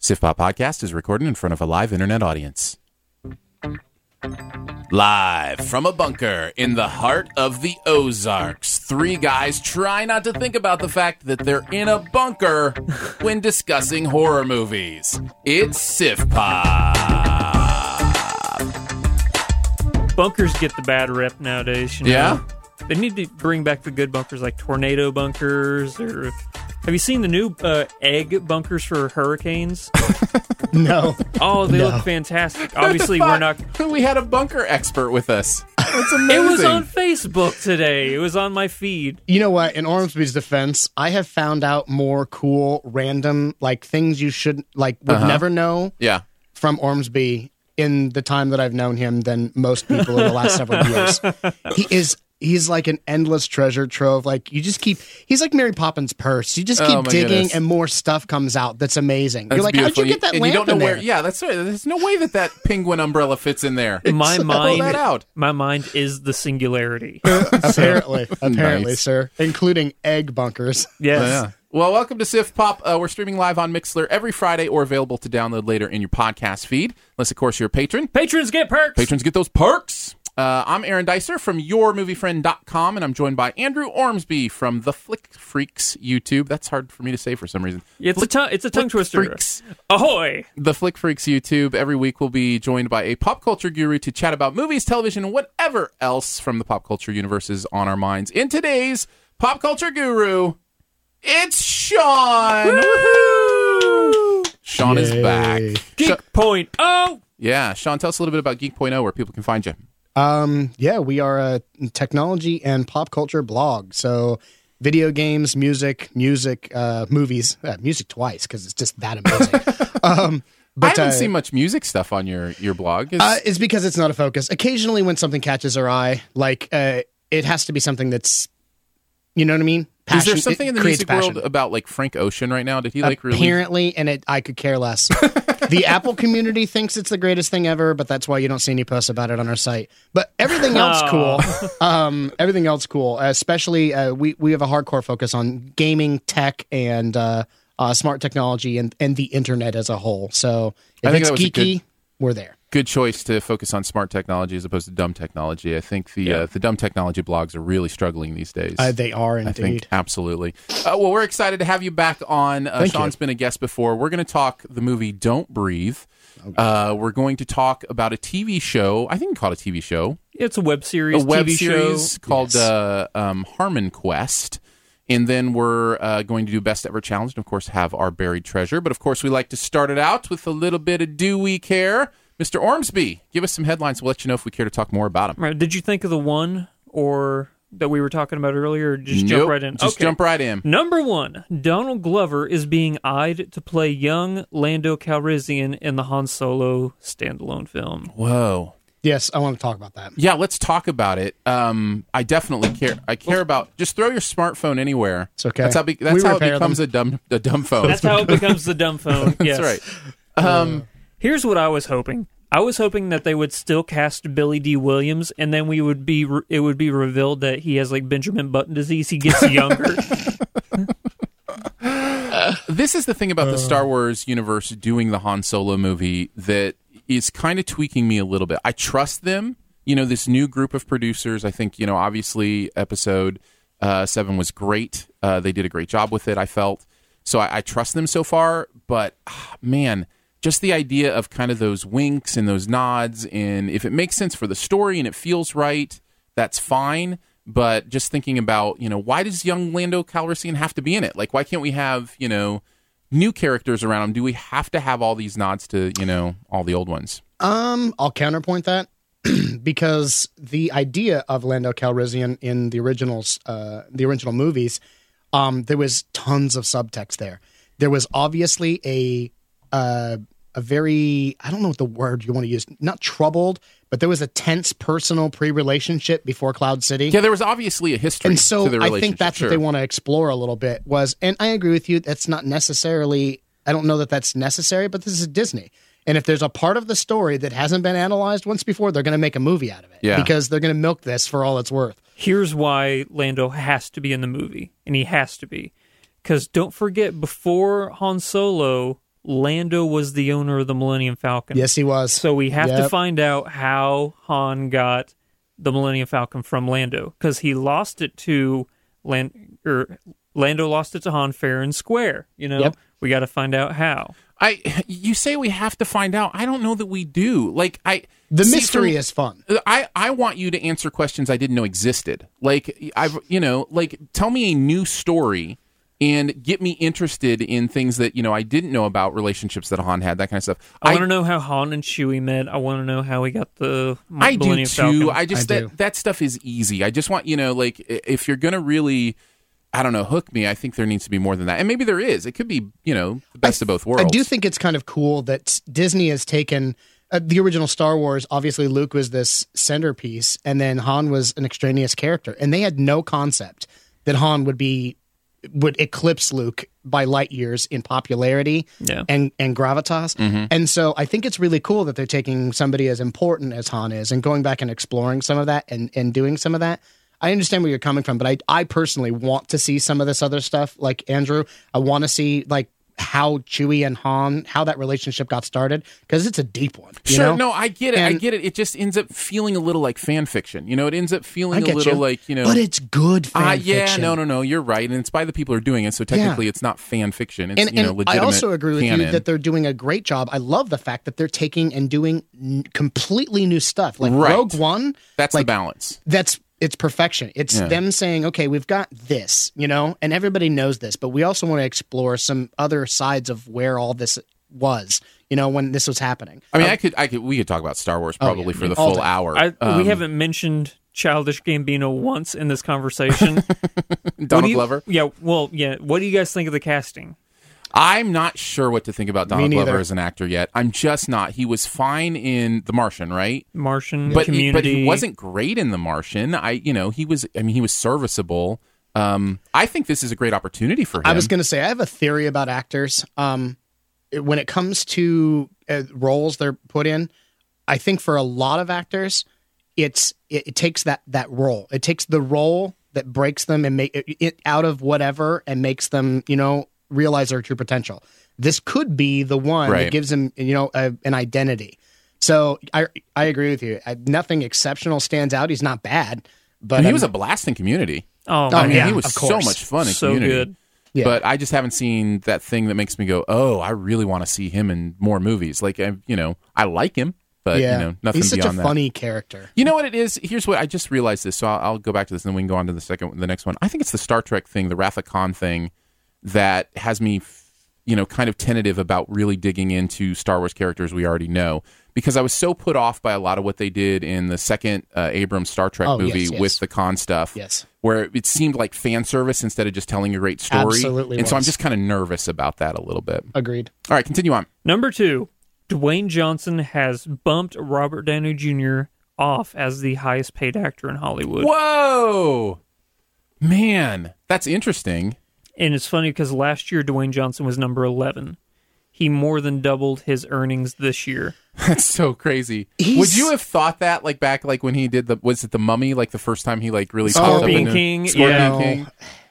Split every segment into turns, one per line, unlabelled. SIFPOP podcast is recorded in front of a live internet audience. Live from a bunker in the heart of the Ozarks, three guys try not to think about the fact that they're in a bunker when discussing horror movies. It's SIFPOP.
bunkers get the bad rep nowadays. You know?
Yeah?
They need to bring back the good bunkers like tornado bunkers or. Have you seen the new uh, egg bunkers for hurricanes?
No.
Oh, they
No.
look fantastic. Obviously, we're not.
We had a bunker expert with us. That's
It
amazing.
was on Facebook today. It was on my feed.
You know what? In Ormsby's defense, I have found out more cool, random, like things you should, like, would never know
Uh-huh. yeah.
from Ormsby in the time that I've known him than most people in the last several years. He is. He's like an endless treasure trove. Like you just keep. He's like Mary Poppins' purse. You just
Oh,
keep
my
digging,
goodness.
and more stuff comes out. That's amazing.
That's
You're like,
beautiful.
how'd you get that
and
lamp
you don't know
in
where.
there?
Yeah, that's right. There's no way that that penguin umbrella fits in there.
My
Pull
mind,
that out.
my mind is the singularity.
apparently, apparently,
Nice.
sir, including egg bunkers.
Yes.
Well, welcome to Sif Pop. Uh, we're streaming live on Mixler every Friday or available to download later in your podcast feed, unless, of course, you're a patron.
Patrons get perks.
Patrons get those perks. Uh, I'm Aaron Dicer from YourMovieFriend.com, and I'm joined by Andrew Ormsby from the Flick Freaks YouTube. That's hard for me to say for some reason.
It's a tongue. It's a tongue twister.
Freaks.
Ahoy!
The Flick Freaks YouTube. Every week we'll be joined by a pop culture guru to chat about movies, television, and whatever else from the pop culture universes on our minds. In today's pop culture guru, it's Sean. Woohoo! Sean is
Yay.
back. Sha-
Geek point. Oh,
yeah, Sean, tell us a little bit about Geek.0 where people can find you.
Um, yeah, we are a technology and pop culture blog. So, video games, music, music, uh, movies, uh, music twice because it's just that amazing. um, but,
I haven't
uh,
seen much music stuff on your, your blog. Is-
uh, it's because it's not a focus. Occasionally, when something catches our eye, like uh, it has to be something that's, you know what I mean. Passion,
is there
it
something in the
creates
music
passion.
world about like Frank Ocean right now? Did he like really?
Apparently, and it I could care less. the Apple community thinks it's the greatest thing ever, but that's why you don't see any posts about it on our site. But everything else
Oh.
Aw.
cool. Um, everything else cool. Especially uh, we we have a hardcore focus on gaming, tech, and uh, uh, smart technology, and and the internet as a whole. So
I
if
think
it's
that was a good-
geeky, we're there.
good choice to focus on smart technology as opposed to dumb technology. I think the uh, the dumb technology blogs are really struggling these days.
Uh, they are
I think
indeed.
absolutely. Uh, well, we're excited to have you back on. Uh,
Thank
Sean's
you.
been a guest before. We're going to talk the movie Don't Breathe. Uh, we're going to talk about a TV show. I think we call it a TV show,
it's a web series.
a web
TV
series
Show.
called uh, um, Harmon Quest. And then we're uh, going to do best ever challenge, and of course have our buried treasure. But of course, we like to start it out with a little bit of do we care, Mr. Ormsby? Give us some headlines. We'll let you know if we care to talk more about them.
Right. Did you think of the one or that we were talking about earlier? Or just
Nope.
jump right in.
Just
okay.
jump right in.
Number one, Donald Glover is being eyed to play young Lando Calrissian in the Han Solo standalone film.
Whoa.
Yes, I want to talk about that.
Yeah, let's talk about it. Um, I definitely care. I care about just throw your smartphone anywhere.
It's okay.
That's how, be, that's
We
how it
repair
becomes a dumb a dumb phone.
That's how it becomes the dumb phone. Yes.
That's right. Um,
Here's what I was hoping. I was hoping that they would still cast Billy D. Williams, and then we would be re- it would be revealed that he has like Benjamin Button disease. He gets younger.
this is the thing about the Star Wars universe doing the Han Solo movie that is kind of tweaking me a little bit. I trust them. You know, this new group of producers, I think, you know, obviously episode uh, seven was great. Uh, they did a great job with it, I felt. So I, I trust them so far. But ah, man, just the idea of kind of those winks and those nods, and if it makes sense for the story and it feels right, that's fine. But just thinking about, you know, why does young Lando Calrissian have to be in it? Like, why can't we have, you know, new characters around him? Do we have to have all these nods to, you know, all the old ones?
Um, I'll counterpoint that because the idea of Lando Calrissian in the originals, uh, the original movies, um, there was tons of subtext there. There was obviously a uh, a very I don't know what the word you want to use, not troubled, but there was a tense personal pre relationship before Cloud City.
Yeah, there was obviously a history
And so
to the relationship.
I think that's
sure.
what they want to explore a little bit was, and I agree with you. That's not necessarily. I don't know that that's necessary, but this is Disney, and if there's a part of the story that hasn't been analyzed once before, they're going to make a movie out of it
Yeah.
because they're going to milk this for all it's worth.
here's why Lando has to be in the movie, and he has to be, because don't forget before Han Solo, Lando was the owner of the Millennium Falcon.
Yes, he was.
So we have to
Yep.
find out how Han got the Millennium Falcon from Lando because he lost it to Land or Lando lost it to Han fair and square. You know,
Yep.
we got to find out how.
I you say we have to find out. I don't know that we do. Like I
the
see, for
mystery
me-
is fun.
I, I want you to answer questions I didn't know existed. Like I've you know, like tell me a new story and get me interested in things that, you know, I didn't know about relationships that Han had, that kind of stuff.
I, want to know how Han and Chewie met. I want to know how we got the M-
I do
Millennium
too.
Falcon.
I just
I
that
do.
that stuff is easy. I just want you know, like i- if you're gonna really, I don't know, hook me. I think there needs to be more than that, and maybe there is. It could be you know the best of both worlds.
I do think it's kind of cool that Disney has taken uh, the original Star Wars. Obviously, Luke was this centerpiece, and then Han was an extraneous character, and they had no concept that Han would be would eclipse Luke by light years in popularity
Yeah.
and and gravitas.
Mm-hmm.
And so I think it's really cool that they're taking somebody as important as Han is and going back and exploring some of that and and doing some of that. I understand where you're coming from, but I I personally want to see some of this other stuff like Andrew. I want to see like how Chewie and Han, how that relationship got started because it's a deep one. you
Sure,
know?
no, I get it. I
And-
get it. It just ends up feeling a little like fan fiction. You know, it ends up
I
feeling a
get
little
you.
like you know.
but it's good. Fan
Ah, yeah,
fiction.
no, no, no. You're right, and it's by the people who are doing it. So technically, it's not fan fiction. It's
and,
you know,
and I
legitimate.
also agree with
canon.
you that they're doing a great job. I love the fact that they're taking and doing n- completely new stuff, like
Right.
Rogue One.
that's the
like,
balance.
That's it's perfection. It's
Yeah.
them saying, "Okay, we've got this," you know, and everybody knows this, but we also want to explore some other sides of where all this was, you know, when this was happening.
I mean, I could, I could, we could talk about Star Wars
Oh. yeah,
probably for the
all
full
day.
hour.
I,
Um,
we haven't mentioned Childish Gambino once in this conversation. What do
Donald
you-
Glover.
Yeah. Well, yeah. What do you guys think of the casting?
I'm not sure what to think about Donald
neither.
Glover as an actor yet. I'm just not. He was fine in The Martian, right? But
Martian
he, but
community.
he wasn't great in The Martian. I, you know, he was. I mean, he was serviceable. Um, I think this is a great opportunity for him.
I was going to say I have a theory about actors. Um, it- when it comes to uh, roles they're put in, I think for a lot of actors, it's it, it takes that that role. It takes the role that breaks them and make it, it out of whatever and makes them you know realize their true potential. This could be the one
Right.
that gives them you know a, an identity. So I I agree with you. I, nothing exceptional stands out. He's not bad, but
And he
I'm-
was a blast in Community.
Oh,
I
man.
mean,
yeah,
he was
of
so
course.
much fun in
So
Community.
good.
Yeah.
But I just haven't seen that thing that makes me go, "Oh, I really want to see him in more movies." Like, I, you know, I like him, but
yeah.
you know, nothing
He's such
beyond
a
that.
funny character.
You know what it is? Here's what I just realized this, so I'll, I'll go back to this, and then we can go on to the second, the next one. I think it's the Star Trek thing, the Ratha Khan thing, that has me, f- you know, kind of tentative about really digging into Star Wars characters we already know because I was so put off by a lot of what they did in the second uh, Abrams Star Trek
Oh, yes,
movie
yes.
with the Khan stuff,
Yes.
where it seemed like fan service instead of just telling a great story.
Absolutely
and so I'm
was.
just kind of nervous about that a little bit.
Agreed.
All right, continue on.
Number two, Dwayne Johnson has bumped Robert Downey Jr. off as the highest paid actor in Hollywood.
Whoa, man, that's interesting.
And it's funny because last year Dwayne Johnson was number 11. He more than doubled his earnings this year.
That's so crazy. Would
He's-
you have thought that like back like when he did the was it the mummy like the first time he like really popped up
Scorpion
in the-
King,
Scorpion
yeah.
King?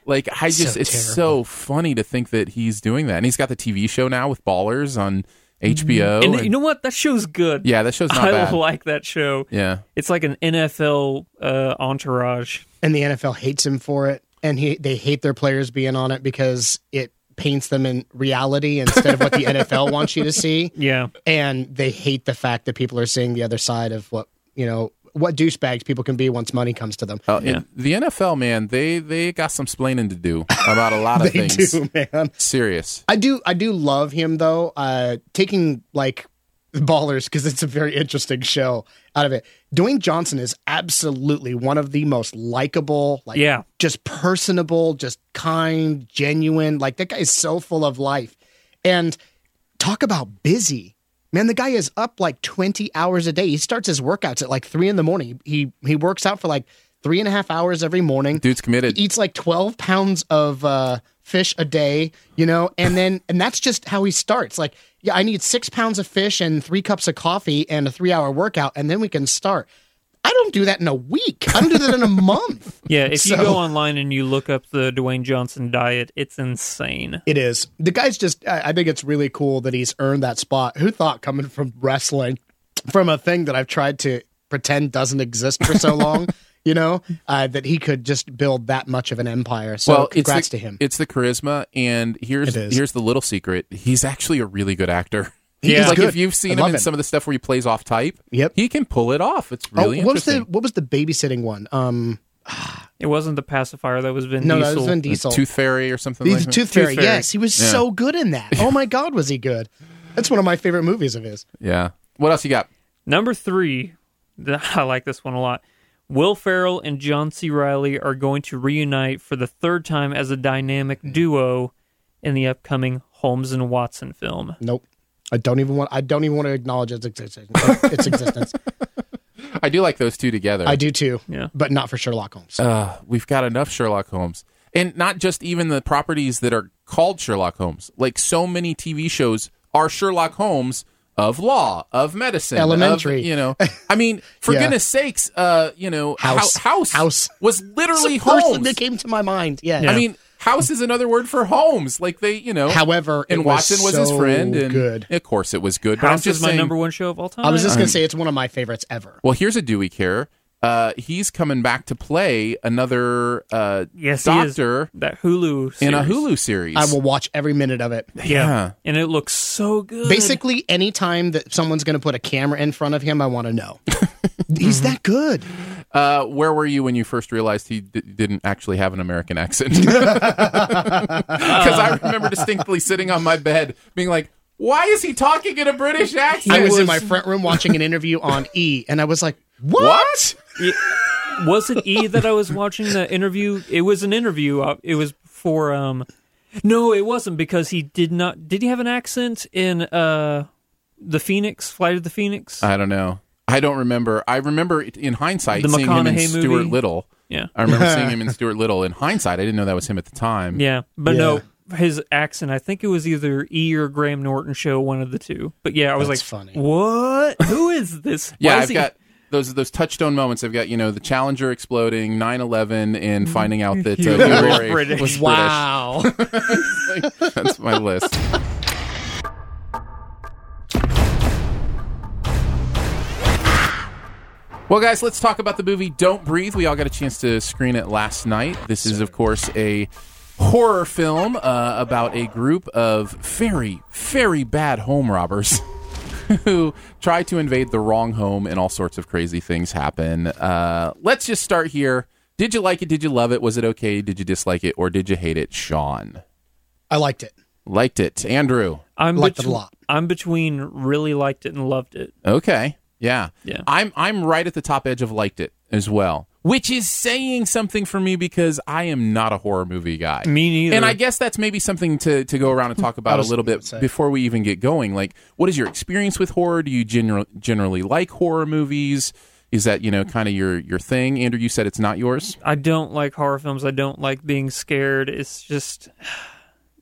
Like I just
So
it's so
terrible.
funny to think that he's doing that. And he's got the TV show now with Ballers on
Mm-hmm.
HBO.
and
Oh, and-
you know what? That show's good.
yeah, that show's not
I
bad.
like that show.
yeah.
It's like an NFL uh, entourage.
and the NFL hates him for it, and he they hate their players being on it because it paints them in reality instead of what the NFL wants you to see,
Yeah.
and they hate the fact that people are seeing the other side of what you know what douchebags people can be once money comes to them.
Uh,
Yeah.
and the NFL man, they they got some splaining to do about a lot of
They
things.
do, man.
Serious.
I do, I do love him though. Uh, taking like ballers because it's a very interesting show out of it. Dwayne Johnson is absolutely one of the most likable, like
Yeah.
just personable, just kind, genuine. Like that guy is so full of life. And talk about busy. Man, the guy is up like 20 hours a day. He starts his workouts at like three in the morning. He he works out for like three and a half hours every morning.
Dude's committed.
He eats like 12 pounds of uh, fish a day, you know, and then, and that's just how he starts. Like, yeah, I need six pounds of fish and three cups of coffee and a three hour workout, and then we can start. I don't do that in a week. I don't do that in a month.
Yeah, if you
So-
go online and you look up the Dwayne Johnson diet, it's insane.
It is. The guy's just, I, I think it's really cool that he's earned that spot. Who thought coming from wrestling, from a thing that I've tried to pretend doesn't exist for so long, you know, uh, that he could just build that much of an empire. So congrats
it's the,
to him.
It's the charisma, and here's
It is.
here's the little secret. He's actually a really good actor.
He is
like
good.
if you've seen
I
him
love
in
him.
some of the stuff where he plays off type,
Yep.
he can pull it off. It's really
oh, what was the
interesting.
what was the babysitting one? Um,
It wasn't the pacifier that was Vin
no,
Diesel.
that was Vin
The
Diesel.
Tooth Fairy or something
He's
like
a
that.
Tooth Fairy.
Fairy.
Yes, he was
Yeah.
so good in that. Oh my God, was he good? That's one of my favorite movies of his.
yeah. What else you got?
Number three, th- I like this one a lot. Will Farrell and John C. Riley are going to reunite for the third time as a dynamic duo in the upcoming Holmes and Watson film.
Nope. I don't even want. I don't even want to acknowledge its existence. its existence.
I do like those two together.
I do too.
Yeah.
But not for Sherlock Holmes.
uh, we've got enough Sherlock Holmes. And not just even the properties that are called Sherlock Holmes. Like so many TV shows are Sherlock Holmes of law, of medicine, of,
Elementary.
you know, I mean, for
Yeah.
goodness sakes, uh, you know, Hou-
House.
house,
House.
was literally
It's the first thing
Holmes.
that came to my mind. Yeah.
I mean, house is another word for Holmes. Like they, you know,
However, it
and Watson was, his
so
friend, and
good.
of course it was good. but I'm
House
just
is my
saying,
number one show of all time.
I was just gonna say it's one of my favorites ever.
Well, here's a Dewey care. Uh, he's coming back to play another uh,
yes, he is.
doctor
that Hulu
in a
series.
Hulu series.
I will watch every minute of it.
Yeah.
Yeah.
and it looks so good.
Basically, any time that someone's going to put a camera in front of him, I want to know. He's that good.
Uh, where were you when you first realized he d- didn't actually have an American accent? Because I remember distinctly sitting on my bed being like, why is he talking in a British accent?
I was, in
was-
my front room watching an interview on E, and I was like, "What?"
what?
was it E that I was watching the interview? It was an interview. uh, It was for um, no, it wasn't because he did not. Did he have an accent in uh, the Phoenix, Flight of the Phoenix?
Uh,
I don't know. I don't remember. I remember it- in hindsight
The
seeing him in
McConaughey
Stuart
movie?
Little.
yeah,
I remember seeing him in Stuart Little. In hindsight, I didn't know that was him at the time.
yeah, but no, his accent. I think it was either E or Graham Norton show, one of the two. But yeah, I was
That's
like,
funny.
what? Who is this? Why
Yeah,
is
I've
he-
got those those touchstone moments. I've got you know the Challenger exploding, 9-11, and finding out that uh,
Hugh
Hugh
was
Laurie
British.
was
Wow.
British. Like, that's my list. Well, guys, let's talk about the movie Don't Breathe. We all got a chance to screen it last night. This is, of course, a horror film uh, about a group of very, very bad home robbers who try to invade the wrong home and all sorts of crazy things happen. Uh, let's just start here. Did you like it? Did you love it? Was it okay? Did you dislike it? Or did you hate it? Sean.
I liked it.
Liked it. Andrew.
I'm
Liked it a
betw-
lot.
I'm between really liked it and loved it.
Okay. Yeah.
Yeah.
I'm I'm right at the top edge of liked it as well, which is saying something for me because I am not a horror movie guy.
Me neither.
And I guess that's maybe something to, to go around and talk about a
was
little bit
gonna say.
before we even get going. Like, what is your experience with horror? Do you gener- generally like horror movies? Is that you know kind of your your thing? Andrew, you said it's not yours.
I don't like horror films. I don't like being scared. It's just,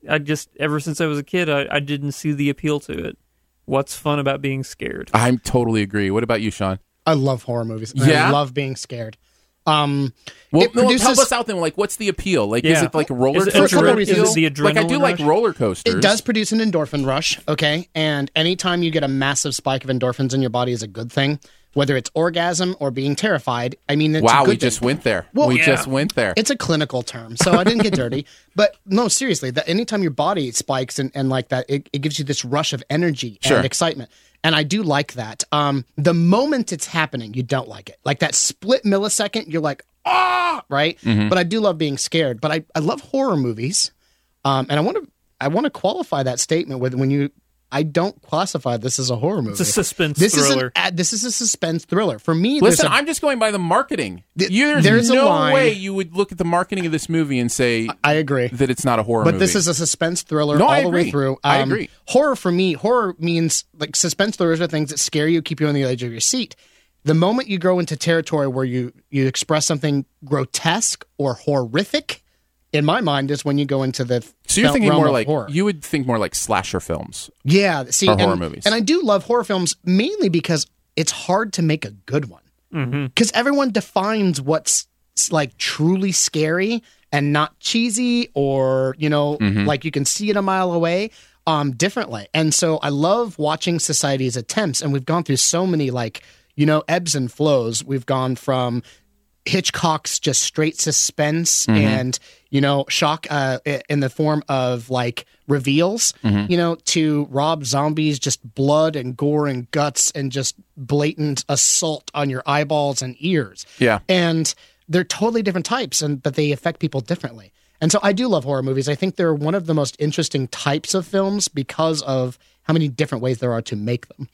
I just ever since I was a kid, I, I didn't see the appeal to it. What's fun about being scared?
I totally agree. What about you, Sean?
I love horror movies.
Yeah?
I love being scared. Um,
Well,
it
no,
produces,
help us out then. Like, what's the appeal? Like, is
Yeah.
it like a roller
Is it
coaster?
adrenaline- is it
appeal?
the
Like, I do
adrenaline
like
rush?
roller coasters.
It does produce an endorphin rush, okay? And anytime you get a massive spike of endorphins in your body is a good thing, whether it's orgasm or being terrified. I mean, it's
Wow,
a good
we just
thing.
went there.
Well,
we
yeah.
just went there.
It's a clinical term, so I didn't get dirty. But no, seriously, that anytime your body spikes and, and like that, it, it gives you this rush of energy
Sure.
and excitement. And I do like that. Um, the moment it's happening, you don't like it. Like that split millisecond, you're like, ah, right?
Mm-hmm.
But I do love being scared. But I, I love horror movies. Um, and I want to I want to qualify that statement with when you I don't classify this as a horror movie.
It's a suspense
this is an
thriller.
ad, this is a suspense thriller. For me, there's
Listen,
a-
i I'm just going by the marketing. There's,
there's a
no
line-
way you would look at the marketing of this movie and say
I agree.
that it's not a horror
but
movie.
this is a suspense thriller
No,
all
I
the
agree.
way through. Um,
I agree.
Horror for me, horror means like suspense thrillers are things that scare you, keep you on the edge of your seat. The moment you go into territory where you you express something grotesque or horrific, in my mind, is when you go into the
so you're
fel-
thinking
realm
more
of
like
horror.
you would think more like slasher films.
yeah. See,
or
and,
horror movies.
and I do love horror films mainly because it's hard to make a good one.
Mm-hmm.
because everyone defines what's s- like truly scary and not cheesy or you know like you can see it a mile away um differently and so i love watching society's attempts and we've gone through so many like you know ebbs and flows we've gone from hitchcock's just straight suspense and you know shock uh, i- in the form of like reveals you know to rob zombies just blood and gore and guts and just blatant assault on your eyeballs and ears
Yeah.
and they're totally different types and but they affect people differently and so i do love horror movies i think they're one of the most interesting types of films because of how many different ways there are to make them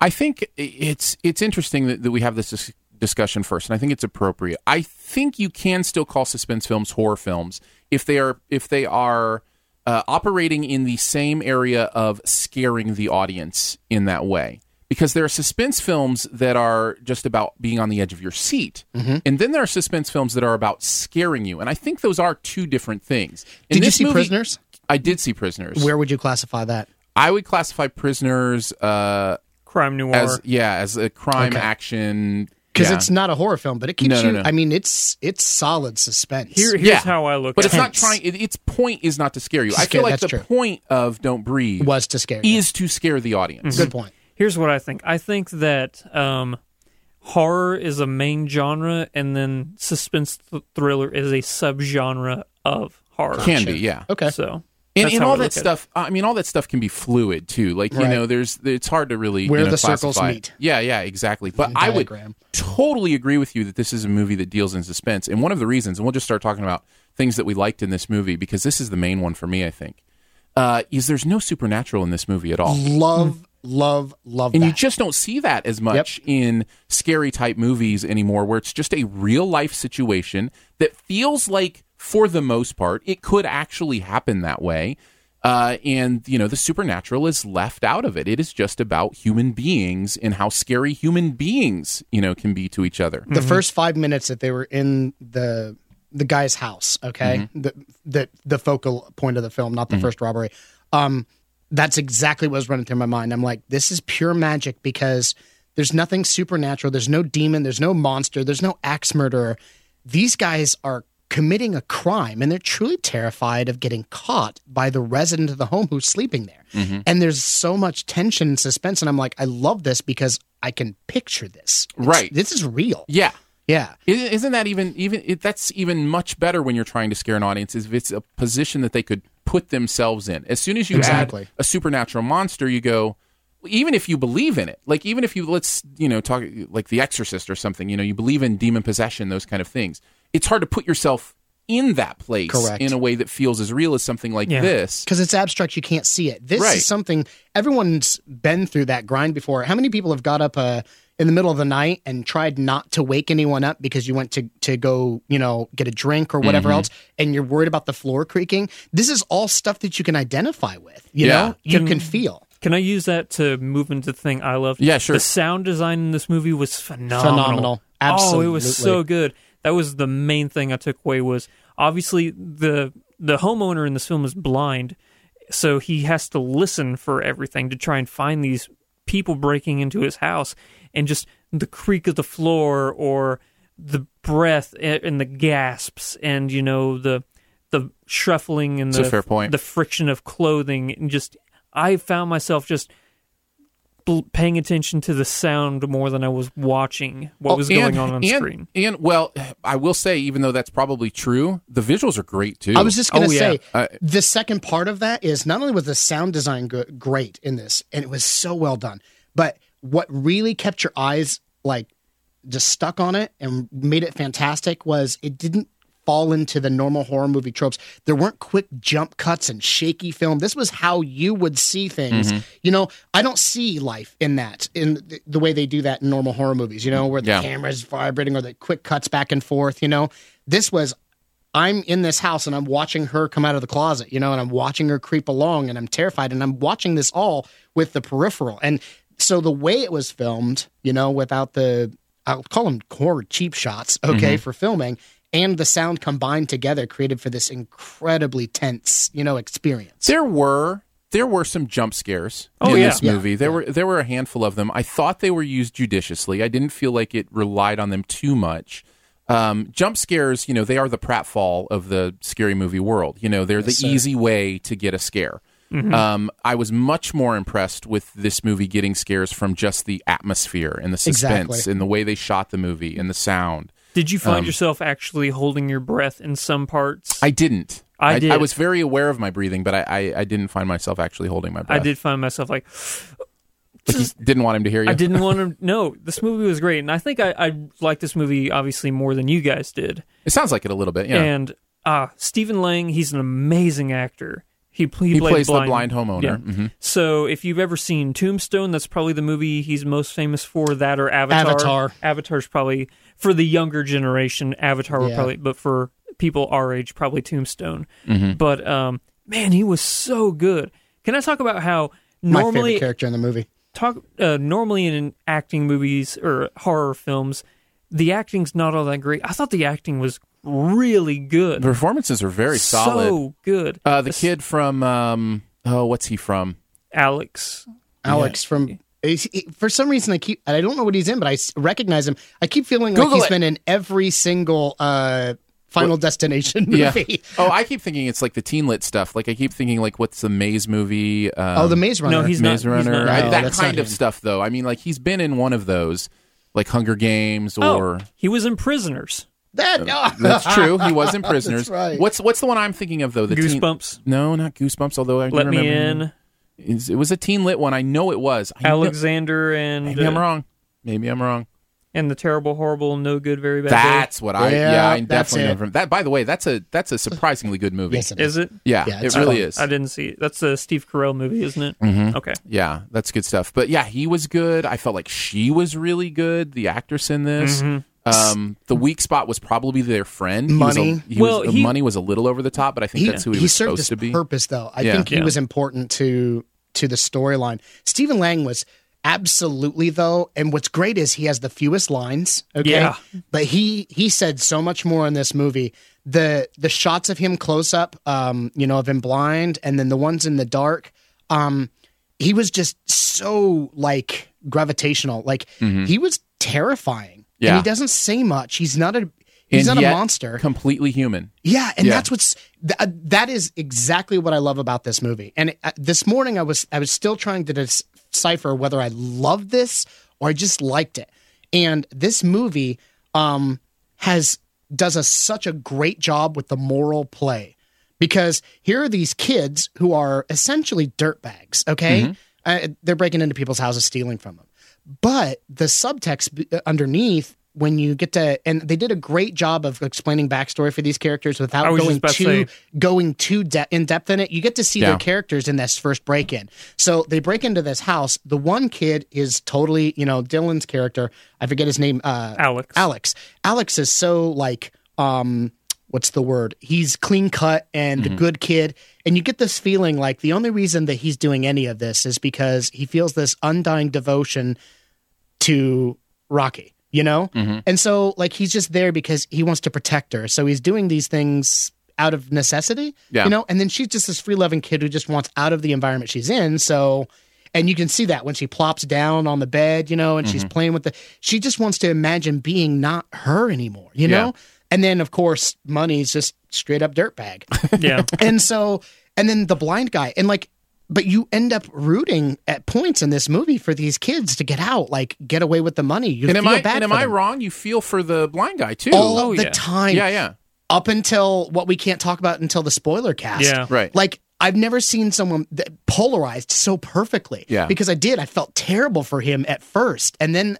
I think i- it's it's interesting that, that we have this dis- discussion first, and I think it's appropriate. I think you can still call suspense films horror films if they are if they are uh, operating in the same area of scaring the audience in that way. Because there are suspense films that are just about being on the edge of your seat,
Mm-hmm.
and then there are suspense films that are about scaring you, and I think those are two different things. In
Did you
this
see
movie-
Prisoners?
I did see Prisoners.
where would you classify that
I would classify Prisoners. Uh,
crime noir.
as yeah as a crime action
because
yeah.
it's not a horror film but it keeps
No, no,
you
no.
i mean it's it's solid suspense
Here, here's
Yeah.
how I look.
but
at
it's not
it.
trying it, its point is not to scare you i
Scare-
feel like
that's
the
true.
point of don't breathe
was to scare you
is to scare the audience
Mhm. good point
Here's what I think. I think that um, horror is a main genre, and then suspense th- thriller is a subgenre of horror.
can be yeah
okay
So,
and,
that's
and
how
all
I look
that
at it.
stuff i mean all that stuff can be fluid too like you
Right.
know there's it's hard to really
Where
you know,
the circles
classify.
meet.
yeah yeah exactly but i would
diagram.
totally agree with you that this is a movie that deals in suspense and one of the reasons and we'll just start talking about things that we liked in this movie because this is the main one for me i think uh, is there's no supernatural in this movie at all
love love love
And
that.
you just don't see that as much in scary type movies anymore, where it's just a real life situation that feels like, for the most part, it could actually happen that way. Uh, and, you know, the supernatural is left out of it. It is just about human beings and how scary human beings, you know, can be to each other.
the first five minutes that they were in the the guy's house okay the, the the focal point of the film not the first robbery um that's exactly what was running through my mind i'm like this is pure magic because there's nothing supernatural there's no demon there's no monster there's no axe murderer these guys are committing a crime and they're truly terrified of getting caught by the resident of the home who's sleeping there and there's so much tension and suspense and i'm like i love this because i can picture this It's-
Right.
this is real
Yeah.
yeah.
I- Isn't that even, even, it, that's even much better when you're trying to scare an audience is if it's a position that they could put themselves in. As soon as you
Exactly.
add a supernatural monster, you go, even if you believe in it, like even if you let's you know talk like The Exorcist or something, you know, you believe in demon possession, those kind of things. It's hard to put yourself in that place
Correct.
in a way that feels as real as something like
Yeah.
this.
Because it's abstract, you can't see it. This
Right.
is something everyone's been through that grind before. How many people have got up uh, in the middle of the night and tried not to wake anyone up because you went to to go, you know, get a drink or whatever
Mm-hmm.
else, and you're worried about the floor creaking? This is all stuff that you can identify with. You
Yeah.
know, you
Can-
can feel
Can I use that to move into the thing I love?
Yeah, sure.
The sound design in this movie was phenomenal.
Phenomenal.
Oh, it was so
Absolutely.
good. That was the main thing I took away was obviously the the homeowner in this film is blind, so he has to listen for everything to try and find these people breaking into his house and just the creak of the floor or the breath a- and the gasps and you know the the shuffling and
It's a
the
fair point.
the friction of clothing and just I found myself just bl- paying attention to the sound more than I was watching what was
Oh,
going
and-
on on
and,
screen.
And well, I will say, even though that's probably true, the visuals are great too.
I was just going
Oh,
to
yeah.
say
Uh,
the second part of that is not only was the sound design go- great in this, and it was so well done, but what really kept your eyes like just stuck on it and made it fantastic was it didn't fall into the normal horror movie tropes. There weren't quick jump cuts and shaky film. This was how you would see things.
Mm-hmm.
You know, I don't see life in that in th- the way they do that in normal horror movies, you know, where the
Yeah.
camera's vibrating or the quick cuts back and forth, you know. This was I'm in this house and I'm watching her come out of the closet, you know, and I'm watching her creep along and I'm terrified and I'm watching this all with the peripheral. And so the way it was filmed, you know, without the, I'll call them core cheap shots,
Mm-hmm.
okay, for filming and the sound combined together created for this incredibly tense, you know, experience.
There were there were some jump scares
Oh,
in
yeah.
this
Yeah.
movie. There were there were a handful of them. I thought they were used judiciously. I didn't feel like it relied on them too much. Um, jump scares, you know, they are the pratfall of the scary movie world. You know, they're the easy way to get a scare.
Mm-hmm.
Um, I was much more impressed with this movie getting scares from just the atmosphere and the suspense
Exactly.
and the way they shot the movie and the sound.
Did you find yourself actually holding your breath in some parts?
Um, I didn't.
I did.
I was very aware of my breathing, but I, I, I didn't find myself actually holding my
I
breath.
did find myself like
But you didn't want him to hear you.
I didn't want to. No, this movie was great, and I think I, I like this movie obviously more than you guys did.
It sounds like it a little bit. Yeah.
And uh, Stephen Lang, he's an amazing actor. He, pl- he,
he
played
plays
blind,
the blind homeowner.
Yeah.
Mhm.
So if you've ever seen Tombstone, that's probably the movie he's most famous for. That or Avatar.
Avatar.
Avatar's probably for the younger generation. Avatar would
Yeah.
probably, but for people our age, probably Tombstone.
Mm-hmm.
But um, man, he was so good. Can I talk about how
My
normally
favorite character in the movie.
talk uh, normally in acting movies or horror films, the acting's not all that great. I thought the acting was really good,
The performances are very solid.
so good.
Uh, the kid from um, oh, what's he from?
Alex,
Alex from. he's- he- for some reason, I keep I don't know what he's in, but I s- recognize him. I keep feeling
Google
like he's
it.
been in every single uh, Final Destination movie.
Yeah. oh, I keep thinking it's like the teen lit stuff. Like I keep thinking like what's the Maze movie? Um,
oh, the Maze Runner.
no, he's not.
Maze Runner.
He's not
I-
No,
that
that's
kind
not
of
him.
stuff though. I mean, like he's been in one of those, like Hunger Games or.
oh, he was in Prisoners.
that. ah,
That's true. He was in Prisoners.
right.
What's what's the one I'm thinking of though? The teen-
Goosebumps.
no, not Goosebumps. Although I do
Let
remember
me in.
It's- It was a teen lit one. I know it was. I know-
Alexander and
Maybe I'm
uh,
wrong. Maybe I'm wrong.
and the terrible, horrible, no good, very bad.
That's what I. Yeah,
Yeah,
I
that's
definitely know
it.
from that. By the way, that's a that's a surprisingly good movie.
Yes, it
Day. is it?
Yeah,
Yeah,
it
it's
really
fun.
is.
I didn't see it. That's a Steve Carell movie, isn't it?
Mm-hmm.
Okay.
Yeah, that's good stuff. But yeah, he was good. I felt like she was really good. The actress in this.
Mm-hmm.
Um, the weak spot was probably their friend. He was a-
Money.
he was-
Well, he-
money was a little over the top, but I think
he,
that's who he,
he
was
served
supposed
his
to be.
purpose though. I
Yeah.
think he
Yeah.
was important to to the storyline. Stephen Lang was absolutely though, and what's great is he has the fewest lines. Okay,
Yeah.
but he he said so much more in this movie. The the shots of him close up, um, you know, of him blind, and then the ones in the dark. Um, he was just so like gravitational. Like he was terrifying.
Mm-hmm. Yeah.
and he doesn't say much. He's not a
and
he's not
yet,
a monster.
Completely human.
Yeah, and
Yeah.
that's what's th- uh, that is exactly what I love about this movie. And uh, this morning I was I was still trying to dis- decipher whether I loved this or I just liked it. And this movie um has does us such a great job with the moral play because here are these kids who are essentially dirtbags, okay?
Mm-hmm.
Uh, they're breaking into people's houses stealing from them. But the subtext b- uh, underneath, when you get to, and they did a great job of explaining backstory for these characters
I
without
was just
going
about to
too going too de- in depth in it. You get to see
Yeah.
their characters in this first break in. So they break into this house. The one kid is totally, you know, Dylan's character. I forget his name. Uh,
Alex.
Alex. Alex is so like, um, what's the word? He's clean cut and a good kid. And you get this feeling like the only reason that he's doing any of this is because he feels this undying devotion to Rocky, you know?
Mm-hmm.
And so like he's just there because he wants to protect her. So he's doing these things out of necessity,
Yeah.
you know? And then she's just this free loving kid who just wants out of the environment she's in. So and you can see that when she plops down on the bed, you know, and
Mm-hmm.
she's playing with the she just wants to imagine being not her anymore, you
Yeah.
know? And then of course, money's just straight up dirtbag
Yeah.
and so and then the blind guy and like but you end up rooting at points in this movie for these kids to get out like get away with the money you
And
feel
am I
bad
and am
for
I
them.
wrong? You feel for the blind guy too.
all
Oh,
the
yeah.
time
yeah, yeah,
up until what we can't talk about until the spoiler cast
Yeah.
right.
like I've never seen someone that polarized so perfectly.
Yeah.
Because I did. I felt terrible for him at first, and then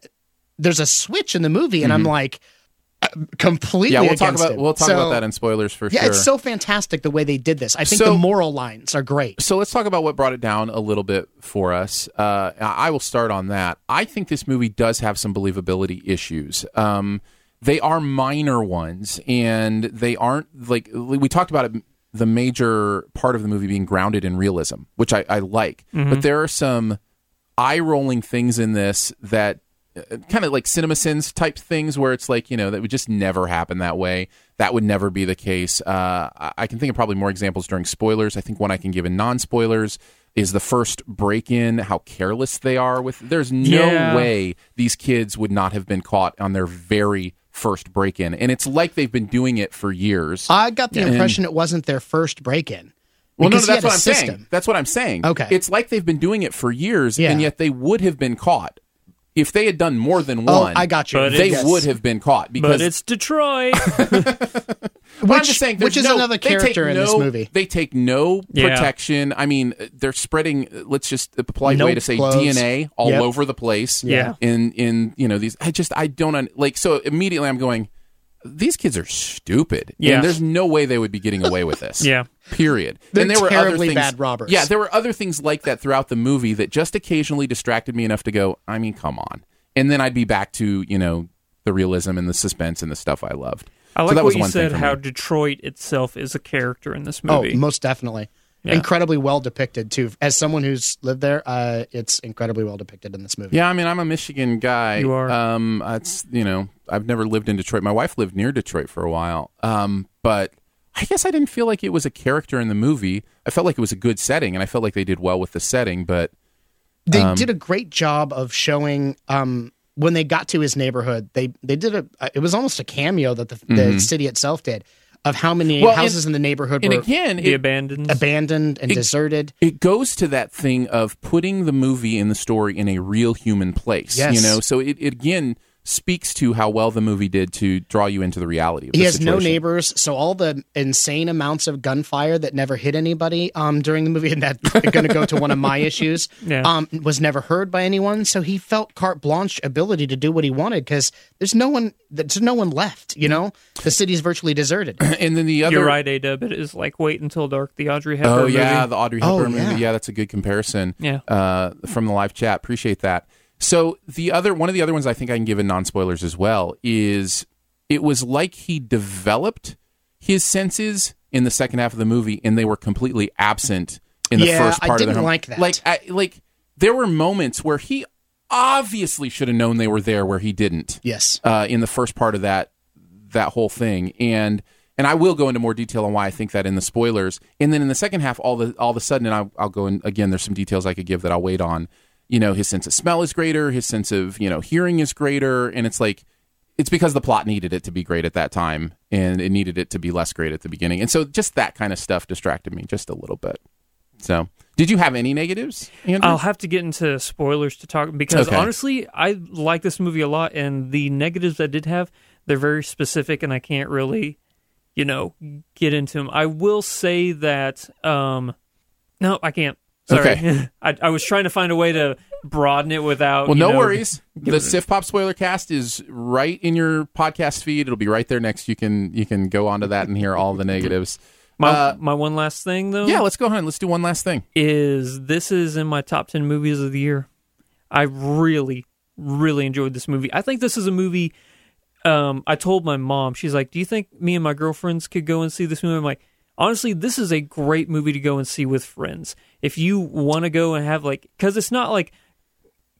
there's a switch in the movie, and I'm like, uh, completely.
Mm-hmm. yeah, we'll talk
against
about
him.
we'll talk
So-
about that in spoilers for
Yeah,
sure.
it's so fantastic the way they did this. I think
So-
the moral lines are great.
so let's talk about what brought it down a little bit for us. Uh, I I will start on that. I think this movie does have some believability issues. Um, they are minor ones, and they aren't like we talked about it. The major part of the movie being grounded in realism, which I, I like, but there are some eye rolling things in this that kind of like cinema sins type things where it's like you know that would just never happen that way that would never be the case uh, I-, I can think of probably more examples during spoilers i think one i can give in non spoilers is the first break in, how careless they are with there's no
Yeah.
way these kids would not have been caught on their very first break in. And it's like they've been doing it for years.
I got the impression it wasn't their first break in.
Well, no, no, that's what I'm saying. That's what I'm saying.
Okay.
It's like they've been doing it for years,
Yeah.
and yet they would have been caught. If they had done more than
Oh,
one,
I got you.
But
they
it's-
would have been caught because
But it's Detroit.
which,
But I'm just saying,
which
there's
is
no-
another
they take
character in this
no-
movie.
They take no
Yeah.
protection. I mean, uh, they're spreading. uh, Let's just a polite
No
way to say
clothes.
DNA all
Yep.
over the place.
Yeah.
In in you know these, I just I don't un, like. So immediately I'm going. These kids are stupid.
Yeah.
And there's no way they would be getting away with this.
Yeah.
Period.
They're
and there were other
terribly
things,
bad robbers.
Yeah, there were other things like that throughout the movie that just occasionally distracted me enough to go, I mean, come on. And then I'd be back to, you know, the realism and the suspense and the stuff I loved.
I
So
like
that was
what you
one thing
said.
for me.
How Detroit itself is a character in this movie.
Oh, most definitely.
Yeah.
Incredibly well depicted too. As someone who's lived there, uh, it's incredibly well depicted in this movie.
Yeah, I mean, I'm a Michigan guy.
You are.
Um, it's you know, I've never lived in Detroit. My wife lived near Detroit for a while. Um, but I guess I didn't feel like it was a character in the movie. I felt like it was a good setting, and I felt like they did well with the setting. But
They did a great job of showing um, when they got to his neighborhood. They they did a. uh, It was almost a cameo that the, the city itself did of how many
Well, and-
houses in the neighborhood
and
were
again,
the
it,
abandons.
abandoned and deserted.
it goes to that thing of putting the movie and the story in a real human place.
Yes.
You know, so it, it again speaks to how well the movie did to draw you into the reality. Of
He
the
has no
situation.
neighbors, so all the insane amounts of gunfire that never hit anybody um, during the movie, and that's going to go to one of my issues,
Yeah.
um, was never heard by anyone. So he felt carte blanche ability to do what he wanted because there's no one, there's no one left. You know, the city's virtually deserted.
And then the other
You're right, Adub. It is like Wait Until Dark, the Audrey Hepburn
Oh yeah,
movie.
the Audrey
Oh,
Hepburn
yeah.
movie. Yeah, that's a good comparison.
Yeah.
uh, from the live chat, appreciate that. So the other one of the other ones I think I can give in non spoilers as well is it was like he developed his senses in the second half of the movie, and they were completely absent in the
Yeah,
first
I
part of the
didn't
home.
like that.
Like, I, like there were moments where he obviously should have known they were there, where he didn't
yes,
uh, in the first part of that that whole thing, and and I will go into more detail on why I think that in the spoilers, and then in the second half, all the all of a sudden, and I, I'll go in again. There's some details I could give that I'll wait on. You know, his sense of smell is greater, his sense of you know hearing is greater, and it's like it's because the plot needed it to be great at that time, and it needed it to be less great at the beginning, and so just that kind of stuff distracted me just a little bit. So, did you have any negatives? Andrew?
I'll have to get into spoilers to talk because
Okay.
honestly, I like this movie a lot, and the negatives I did have, they're very specific, and I can't really, you know, get into them. I will say that, um, no, I can't. Sorry,
Okay.
I, I was trying to find a way to broaden it without.
Well,
you
no
know-
worries. The Sif Pop spoiler cast is right in your podcast feed. It'll be right there next. You can you can go onto that and hear all the negatives.
My
Uh,
my one last thing though.
Yeah, let's go ahead. and Let's do one last thing.
is this is in my top 10 movies of the year. I really, really enjoyed this movie. I think this is a movie. Um, I told my mom, she's like, Do you think me and my girlfriends could go and see this movie? I'm like, Honestly, this is a great movie to go and see with friends. If you want to go and have like, because it's not like,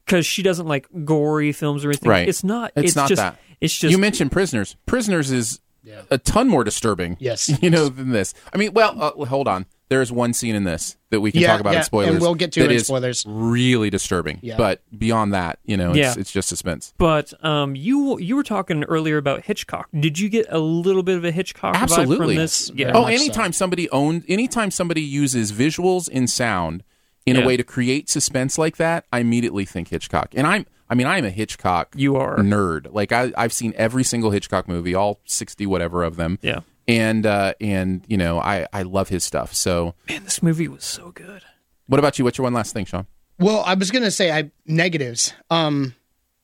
because she doesn't like gory films or anything.
Right.
It's not.
It's
It's,
not
just,
that.
It's just.
you mentioned prisoners. Prisoners is a ton more disturbing.
Yes.
you know than this. I mean, well, uh, well, hold on. There is one scene in this that we can
Yeah,
talk about
yeah,
in spoilers.
and we'll get to it
that
in
is
spoilers.
Really disturbing.
Yeah.
But beyond that, you know, it's,
Yeah.
it's just suspense.
but um, you you were talking earlier about Hitchcock. Did you get a little bit of a Hitchcock vibe
Absolutely.
from this?
Very
Oh,
much so.
anytime somebody owns, anytime somebody uses visuals and sound in a
Yeah.
way to create suspense like that, I immediately think Hitchcock. And I'm, I mean, I'm a Hitchcock
You are.
nerd. Like I, I've seen every single Hitchcock movie, all sixty whatever of them.
Yeah.
And uh, and you know, I I love his stuff. So,
Man, this movie was so good.
what about you? What's your one last thing, Sean?
Well, I was gonna say I negatives. Um,